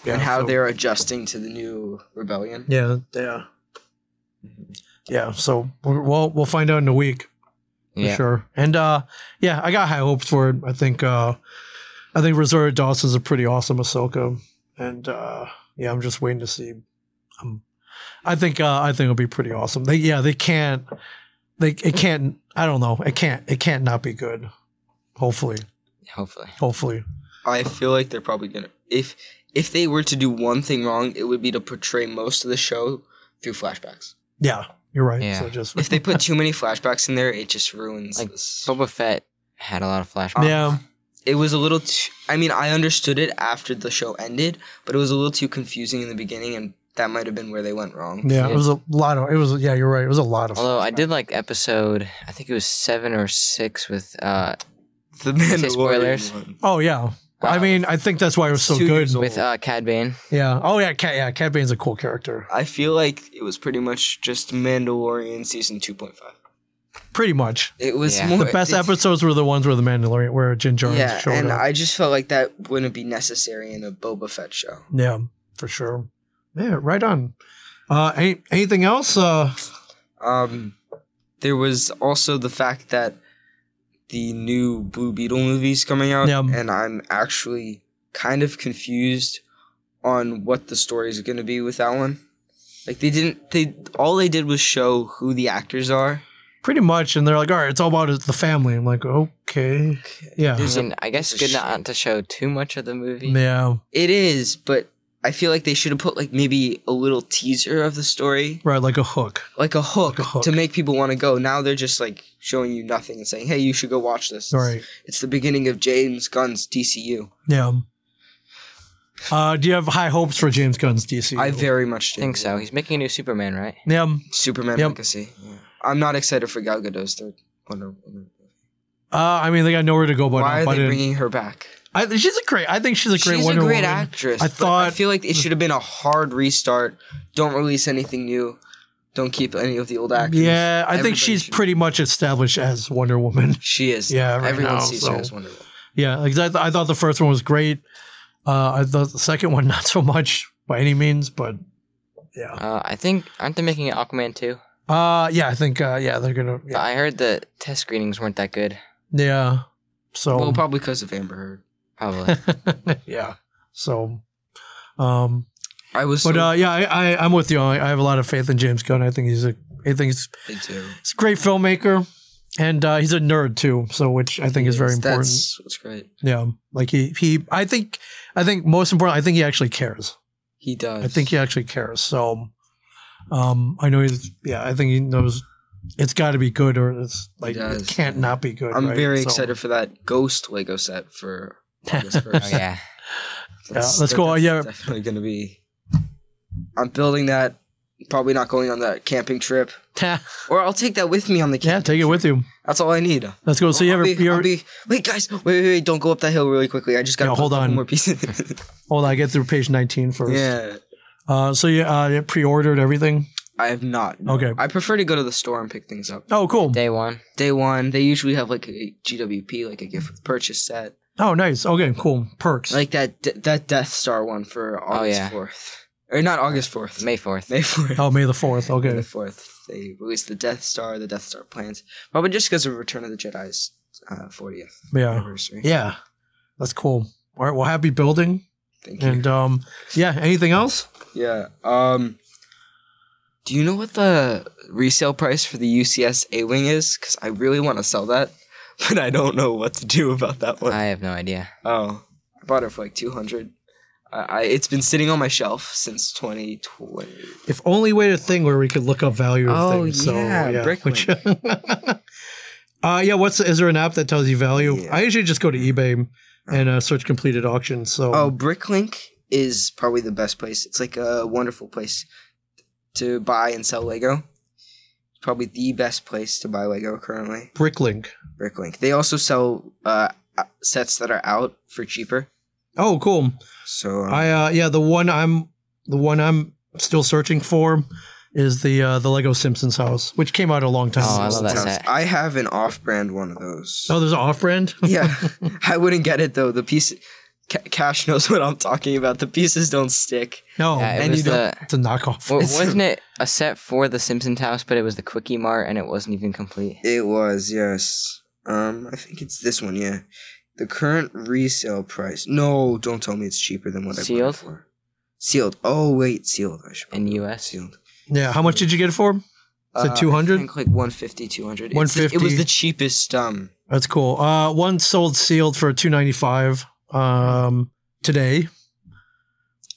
Speaker 1: and how
Speaker 4: so-
Speaker 1: they're adjusting to the new rebellion.
Speaker 4: Yeah. Yeah. Yeah. So we're, we'll we'll find out in a week. for
Speaker 2: Yeah.
Speaker 4: sure. And uh, yeah, I got high hopes for it. I think uh, I think Rosario Dawson's a pretty awesome Ahsoka, and uh, yeah, I'm just waiting to see. Um, I think uh, I think it'll be pretty awesome. They yeah, they can't they it can't I don't know it can't it can't not be good. Hopefully,
Speaker 2: Hopefully.
Speaker 4: hopefully,
Speaker 1: I feel like they're probably gonna if if they were to do one thing wrong, it would be to portray most of the show through flashbacks.
Speaker 4: yeah, you're right.
Speaker 2: Yeah.
Speaker 4: So just
Speaker 1: If they
Speaker 4: *laughs*
Speaker 1: put too many flashbacks in there, it just ruins.
Speaker 2: Like,
Speaker 1: this.
Speaker 2: Boba Fett had a lot of flashbacks.
Speaker 4: yeah,
Speaker 1: It was a little. Too, I mean, I understood it after the show ended, but it was a little too confusing in the beginning, and that might have been where they went wrong.
Speaker 4: yeah, it was a lot of it was yeah, you're right. It was a lot of
Speaker 2: Although I did like episode, I think it was seven or six with uh,
Speaker 1: The *laughs*
Speaker 2: Say spoilers.
Speaker 1: Mandalorian. one.
Speaker 4: oh yeah. I
Speaker 2: uh,
Speaker 4: mean, I think that's why it was so
Speaker 1: Two
Speaker 4: good.
Speaker 1: years old.
Speaker 2: with uh, Cad Bane.
Speaker 4: Yeah. Oh yeah, Cat. Yeah, Cat Bane's a cool character.
Speaker 1: I feel like it was pretty much just Mandalorian season 2.5.
Speaker 4: Pretty much.
Speaker 1: It was
Speaker 2: Yeah.
Speaker 1: more
Speaker 4: The best episodes were the ones where the Mandalorian, where Jin Jar
Speaker 1: Yeah,
Speaker 4: showed
Speaker 1: and
Speaker 4: up.
Speaker 1: I just felt like that wouldn't be necessary in a Boba Fett show.
Speaker 4: yeah, for sure. Yeah, right on. Uh, any, anything else? Uh,
Speaker 1: Um, there was also the fact that the new Blue Beetle movie's coming out,
Speaker 4: Yeah.
Speaker 1: and I'm actually kind of confused on what the story is going to be with that one. Like they didn't, they all they did was show who the actors are.
Speaker 4: pretty much. And they're like, all right, it's all about the family. I'm like, okay, yeah,
Speaker 2: I
Speaker 1: There's a-
Speaker 2: mean, I guess
Speaker 1: there's a
Speaker 2: good not to show too much of the movie.
Speaker 4: yeah,
Speaker 1: It is, but I feel like they should have put like maybe a little teaser of the story,
Speaker 4: right, like a hook.
Speaker 1: like a hook,
Speaker 4: Like a hook.
Speaker 1: to make people want to go. Now they're just like showing you nothing and saying, "Hey, you should go watch this."
Speaker 4: Right.
Speaker 1: It's the beginning of James Gunn's DCU.
Speaker 4: Yeah. Uh, do you have high hopes for James Gunn's DC?
Speaker 1: I very much
Speaker 2: I
Speaker 1: do.
Speaker 2: think so. He's making a new Superman, right?
Speaker 4: yeah.
Speaker 1: Superman
Speaker 4: Yep.
Speaker 1: Legacy. Yeah. I'm not excited for Gal Gadot's third Wonder Woman.
Speaker 4: Uh, I mean, they got nowhere to go but
Speaker 1: Why
Speaker 4: up.
Speaker 1: are
Speaker 4: I
Speaker 1: they
Speaker 4: didn't-
Speaker 1: bringing her back?
Speaker 4: I, she's a great. I think she's a great
Speaker 1: She's
Speaker 4: Wonder
Speaker 1: a great
Speaker 4: Woman.
Speaker 1: actress.
Speaker 4: I
Speaker 1: I thought I
Speaker 4: thought-
Speaker 1: feel like it should have been a hard restart. Don't release anything new. Don't keep any of the old actors.
Speaker 4: Yeah, I
Speaker 1: Everybody
Speaker 4: think she's
Speaker 1: should-
Speaker 4: pretty much established as Wonder Woman. *laughs*
Speaker 1: She is.
Speaker 4: Yeah, right
Speaker 1: everyone
Speaker 4: now,
Speaker 1: sees
Speaker 4: so-
Speaker 1: her as Wonder Woman.
Speaker 4: Yeah, like, I, th- I thought the first one was great. Uh, I thought the second one *laughs* not so much by any means, but yeah,
Speaker 2: Uh, I think aren't they making an Aquaman too?
Speaker 4: uh, yeah, I think uh, yeah they're gonna
Speaker 2: But
Speaker 4: yeah,
Speaker 2: I heard the test screenings weren't that good.
Speaker 4: yeah. so *laughs*
Speaker 1: Well, probably because of Amber Heard. *laughs*
Speaker 2: Probably.
Speaker 4: yeah, so um,
Speaker 1: I was
Speaker 4: but
Speaker 1: so
Speaker 4: uh, yeah, I, I I'm with you. I, I have a lot of faith in James Gunn. I think he's a I think he's,
Speaker 1: big too.
Speaker 4: he's a great filmmaker, and uh, he's a nerd too. So which I think is very
Speaker 1: Yes,
Speaker 4: important.
Speaker 1: That's what's great.
Speaker 4: yeah, like he he I think I think most important. I think he actually cares.
Speaker 1: He does.
Speaker 4: I think he actually cares. So, um, I know he's. Yeah, I think he knows. It's got to be good, or it's like
Speaker 1: does.
Speaker 4: it can't not be good.
Speaker 1: I'm
Speaker 4: right?
Speaker 1: very
Speaker 4: So-
Speaker 1: excited for that Ghost Lego set
Speaker 4: *laughs*
Speaker 1: for August
Speaker 2: oh
Speaker 1: first.
Speaker 2: yeah.
Speaker 4: let's go, yeah.
Speaker 1: Definitely gonna be. I'm building that. Probably not going on that camping trip.
Speaker 4: yeah,
Speaker 1: Or I'll take that with me on the camp.
Speaker 4: take it with you.
Speaker 1: That's all I need.
Speaker 4: Let's go. So you
Speaker 1: I'll
Speaker 4: have
Speaker 1: be- I'll
Speaker 4: your
Speaker 1: be- wait, guys, wait, wait, wait, don't go up that hill really quickly. I just got
Speaker 4: Yeah,
Speaker 1: to
Speaker 4: hold on.
Speaker 1: more pieces.
Speaker 4: hold on. I get through page nineteen
Speaker 1: *laughs*
Speaker 4: first.
Speaker 1: yeah,
Speaker 4: Uh, so you, uh, you pre-ordered everything.
Speaker 1: I have not.
Speaker 4: Okay.
Speaker 1: I prefer to go to the store and pick things up.
Speaker 4: Oh, cool.
Speaker 2: Day one.
Speaker 1: Day one, they usually have like a GWP, like a gift with purchase set,
Speaker 4: Oh, nice. Okay, cool. Perks.
Speaker 1: like that de- that Death Star one for August
Speaker 2: yeah.
Speaker 1: fourth, or not August fourth, May
Speaker 2: May 4th.
Speaker 1: fourth.
Speaker 4: oh, May the fourth.
Speaker 1: May
Speaker 4: Okay.
Speaker 1: fourth, they released the Death Star, the Death Star plans, probably just because of Return of the Jedi's uh, fortieth
Speaker 4: Yeah.
Speaker 1: anniversary.
Speaker 4: Yeah. That's cool. All right. Well, happy building.
Speaker 1: Thank you.
Speaker 4: And um, yeah. Anything else?
Speaker 1: Yeah. Um. Do you know what the resale price for the UCS A Wing is? Because I really want to sell that, *laughs* but I don't know what to do about that one.
Speaker 2: I have no idea.
Speaker 1: oh, I bought it for like two hundred. I, I it's been sitting on my shelf since twenty twenty.
Speaker 4: If only we had a thing where we could look up value of
Speaker 1: Oh,
Speaker 4: things.
Speaker 1: yeah,
Speaker 4: so, yeah.
Speaker 1: Bricklink.
Speaker 4: Which- *laughs* uh, yeah. What's is there an app that tells you value?
Speaker 1: Yeah.
Speaker 4: I usually just go to eBay and uh, search completed auctions. So
Speaker 1: Oh, Bricklink is probably the best place. It's like a wonderful place to buy and sell Lego. Probably the best place to buy Lego currently.
Speaker 4: Bricklink.
Speaker 1: Bricklink. They also sell uh, sets that are out for cheaper.
Speaker 4: Oh, cool.
Speaker 1: So um,
Speaker 4: I uh, yeah. The one I'm the one I'm still searching for is the uh, the Lego Simpsons house, which came out a long time.
Speaker 2: Oh,
Speaker 4: ago.
Speaker 2: I love that
Speaker 1: Sounds-
Speaker 2: set.
Speaker 1: I have an off-brand one of those.
Speaker 4: Oh, there's an off-brand.
Speaker 1: *laughs*
Speaker 4: *laughs*
Speaker 1: yeah, I wouldn't get it though. The piece, Ca- Cash knows what I'm talking about. The pieces don't stick.
Speaker 4: No,
Speaker 2: Yeah, it
Speaker 4: and
Speaker 2: was
Speaker 4: you
Speaker 2: the-
Speaker 4: don't.
Speaker 1: *laughs*
Speaker 4: It's
Speaker 2: *laughs*
Speaker 4: a knockoff.
Speaker 2: Well,
Speaker 1: It's-
Speaker 2: wasn't it a set for the Simpsons house, but it was the Quickie Mart and it wasn't even complete?
Speaker 1: It was yes. Um, I think it's this one. Yeah, the current resale price. No, don't tell me it's cheaper than what I bought
Speaker 2: Sealed?
Speaker 1: it for. Sealed. Oh wait, sealed. I should.
Speaker 2: In
Speaker 1: probably-
Speaker 2: US?
Speaker 1: sealed.
Speaker 4: yeah, how much did you get it for? Is it
Speaker 1: Uh,
Speaker 4: 200?
Speaker 1: I think like 150, 200. It's the- It was
Speaker 4: 150.
Speaker 1: the cheapest. Um,
Speaker 4: That's cool. Uh, one sold sealed for two ninety five um, today.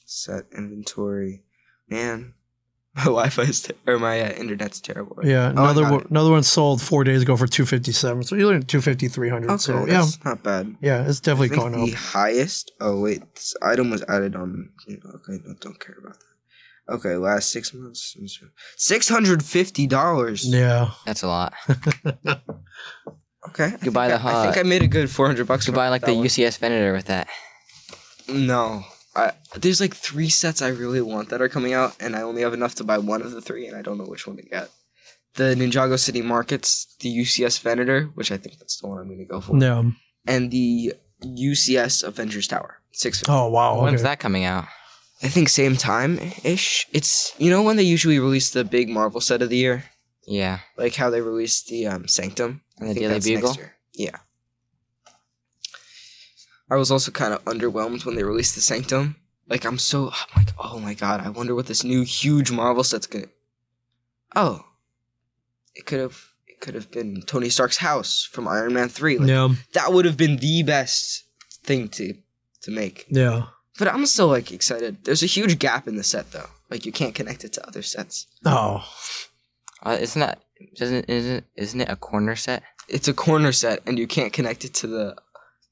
Speaker 1: set inventory. Man, *laughs* my Wi-Fi is ter- or my uh, internet's terrible. right
Speaker 4: Yeah,
Speaker 1: now. Oh, I
Speaker 4: another
Speaker 1: got
Speaker 4: one,
Speaker 1: it.
Speaker 4: another one sold four days ago for two fifty seven. So you're at 250, 300.
Speaker 1: Okay,
Speaker 4: so yeah,
Speaker 1: Oh, that's not bad.
Speaker 4: yeah, it's definitely
Speaker 1: I think
Speaker 4: going
Speaker 1: the
Speaker 4: up.
Speaker 1: highest. Oh wait, this item was added on. Okay, no, don't care about that. Okay, last six months, six hundred fifty dollars. *laughs*
Speaker 4: Yeah,
Speaker 2: That's a lot.
Speaker 1: Okay.
Speaker 2: You buy the
Speaker 1: I think
Speaker 2: hot-
Speaker 1: I made a good four hundred bucks.
Speaker 2: You could
Speaker 1: from
Speaker 2: buy like
Speaker 1: that
Speaker 2: the
Speaker 1: one.
Speaker 2: UCS Venator with that.
Speaker 1: No, I, there's like three sets I really want that are coming out, and I only have enough to buy one of the three, and I don't know which one to get. The Ninjago City Markets, the UCS Venator, which I think that's the one I'm going to go for,
Speaker 4: yeah.
Speaker 1: and the UCS Avengers Tower. Six.
Speaker 4: Oh wow.
Speaker 2: When's
Speaker 4: okay.
Speaker 2: that coming out?
Speaker 1: I think same time ish. It's you know when they usually release the big Marvel set of the year,
Speaker 2: Yeah.
Speaker 1: like how they released the um, Sanctum
Speaker 2: And
Speaker 1: I
Speaker 2: the
Speaker 1: think
Speaker 2: Daily
Speaker 1: that's next
Speaker 2: Bugle?
Speaker 1: year. Yeah. I was also kind of underwhelmed when they released the Sanctum. Like I'm so I'm like oh my god I wonder what this new huge Marvel set's gonna. Oh, it could have it could have been Tony Stark's house from Iron Man three. Like,
Speaker 4: Yeah,
Speaker 1: That would have been the best thing to to make.
Speaker 4: yeah.
Speaker 1: But I'm still like excited. There's a huge gap in the set though. Like you can't connect it to other sets.
Speaker 4: Oh,
Speaker 2: Uh, isn't that isn't isn't isn't it a corner set?
Speaker 1: It's a corner set and you can't connect it to the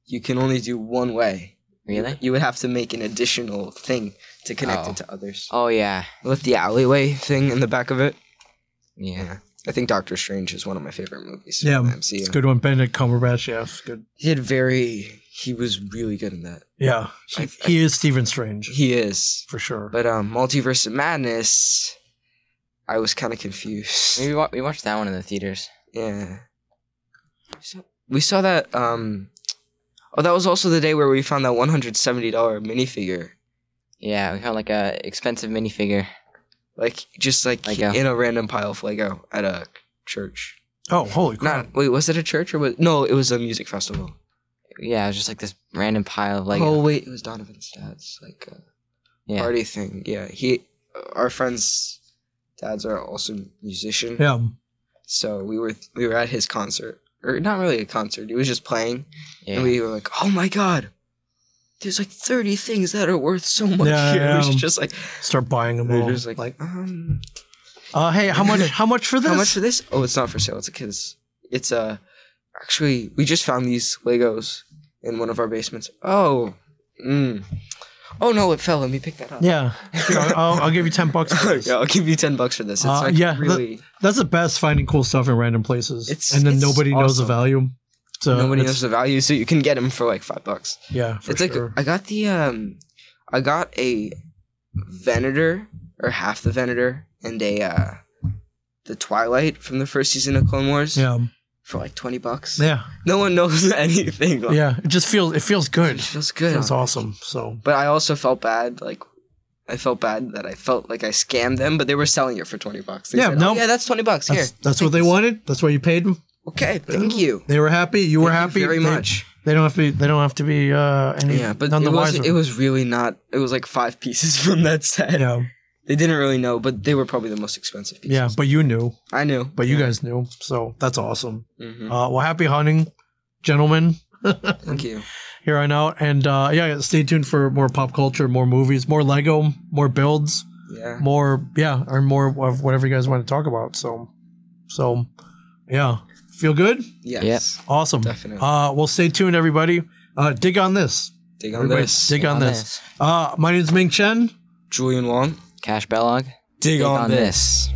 Speaker 1: you can only do one way.
Speaker 2: Really?
Speaker 1: You would have to make an additional thing to connect
Speaker 2: Oh.
Speaker 1: it to others.
Speaker 2: Oh yeah.
Speaker 1: With the alleyway thing in the back of it.
Speaker 2: Yeah.
Speaker 1: I think Doctor Strange is one of my favorite movies.
Speaker 4: Yeah,
Speaker 1: from the
Speaker 4: it's a
Speaker 1: MCU.
Speaker 4: good one. Benedict Cumberbatch. Yeah, it's good.
Speaker 1: He had very he was really good in that.
Speaker 4: Yeah, he,
Speaker 1: I-
Speaker 4: he is Stephen Strange
Speaker 1: He is.
Speaker 4: for sure.
Speaker 1: But um Multiverse of Madness I was kind of confused.
Speaker 2: Maybe we, wa- we watched that one in the theaters.
Speaker 1: Yeah. So we saw that. Um, oh, that was also the day where we found that one hundred seventy dollar minifigure,
Speaker 2: Yeah, we found like a expensive minifigure.
Speaker 1: like just like
Speaker 2: Lego.
Speaker 1: in a random pile of Lego at a church.
Speaker 4: Oh, holy crap!
Speaker 1: Not wait, was it a church or was no? It was a music festival.
Speaker 2: Yeah, it was just like this random pile of like
Speaker 1: oh wait, it was Donovan Stats like a
Speaker 2: yeah.
Speaker 1: party thing. Yeah, he, uh, our friends. Dads are also musician,
Speaker 4: Yeah,
Speaker 1: so we were we were at his concert, or not really a concert. He was just playing,
Speaker 2: yeah.
Speaker 1: And we were like, oh my god, there's like 30 things that are worth so much
Speaker 4: Yeah,
Speaker 1: here. *laughs* It was
Speaker 4: yeah.
Speaker 1: just like,
Speaker 4: start buying them
Speaker 1: we
Speaker 4: all.
Speaker 1: were just like, um,
Speaker 4: uh, hey, how much? How much for this?
Speaker 1: how much for this? Oh, it's not for sale. It's a kid's. It's uh, actually, we just found these Legos in one of our basements. Oh, mm. Oh no, it fell. Let me pick that up.
Speaker 4: Yeah, Here, I'll, I'll-
Speaker 1: *laughs*
Speaker 4: I'll give you ten bucks. For this.
Speaker 1: yeah, I'll give you ten bucks for this. It's
Speaker 4: Uh,
Speaker 1: like
Speaker 4: yeah, the-
Speaker 1: really.
Speaker 4: That's the best finding cool stuff in random places,
Speaker 1: It's-
Speaker 4: and then
Speaker 1: it's
Speaker 4: nobody knows the
Speaker 1: awesome.
Speaker 4: value. So
Speaker 1: Nobody
Speaker 4: it's-
Speaker 1: knows the value, so you can get them for like five bucks.
Speaker 4: Yeah, for
Speaker 1: it's
Speaker 4: sure.
Speaker 1: like I got the um, I got a Venator or half the Venator and a uh, the Twilight from the first season of Clone Wars
Speaker 4: yeah,
Speaker 1: for like twenty bucks.
Speaker 4: yeah,
Speaker 1: No one knows *laughs* anything. Like,
Speaker 4: yeah. It just feels it feels good.
Speaker 1: it
Speaker 4: It
Speaker 1: feels good.
Speaker 4: feels awesome. So
Speaker 1: But I also felt bad, like. I felt bad that I felt like I scammed them, but they were selling it for twenty bucks. They
Speaker 4: Yeah,
Speaker 1: said,
Speaker 4: no.
Speaker 1: "Oh, yeah, that's twenty bucks. Here,
Speaker 4: that's, that's what they wanted. That's what you paid them.
Speaker 1: okay, thank you.
Speaker 4: They were happy. You were
Speaker 1: Thank
Speaker 4: happy.
Speaker 1: you very
Speaker 4: They-
Speaker 1: much.
Speaker 4: They don't have to. Be, they don't have to be uh, any.
Speaker 1: Yeah, but
Speaker 4: none
Speaker 1: it
Speaker 4: the
Speaker 1: was
Speaker 4: wiser.
Speaker 1: it was really not. It was like five pieces *laughs* from that set.
Speaker 4: yeah,
Speaker 1: They didn't really know, but they were probably the most expensive pieces.
Speaker 4: yeah. But you knew.
Speaker 1: I knew.
Speaker 4: But you guys knew. So that's awesome.
Speaker 1: hmm
Speaker 4: Uh, well, happy hunting, gentlemen.
Speaker 1: Thank you.
Speaker 4: Here on out, and uh, yeah, stay tuned for more pop culture, more movies, more Lego, more builds,
Speaker 1: Yeah.
Speaker 4: more yeah, or more of whatever you guys want to talk about. So, so yeah, feel good.
Speaker 1: Yes.
Speaker 4: Awesome.
Speaker 1: Definitely.
Speaker 4: Uh, well, stay tuned, everybody. Uh, dig on this.
Speaker 1: Dig on
Speaker 4: Everybody,
Speaker 1: this.
Speaker 4: dig on this. Uh, my name's Ming Chen.
Speaker 1: Julian Wong.
Speaker 2: Cash Bellog.
Speaker 1: Dig,
Speaker 2: Dig on this.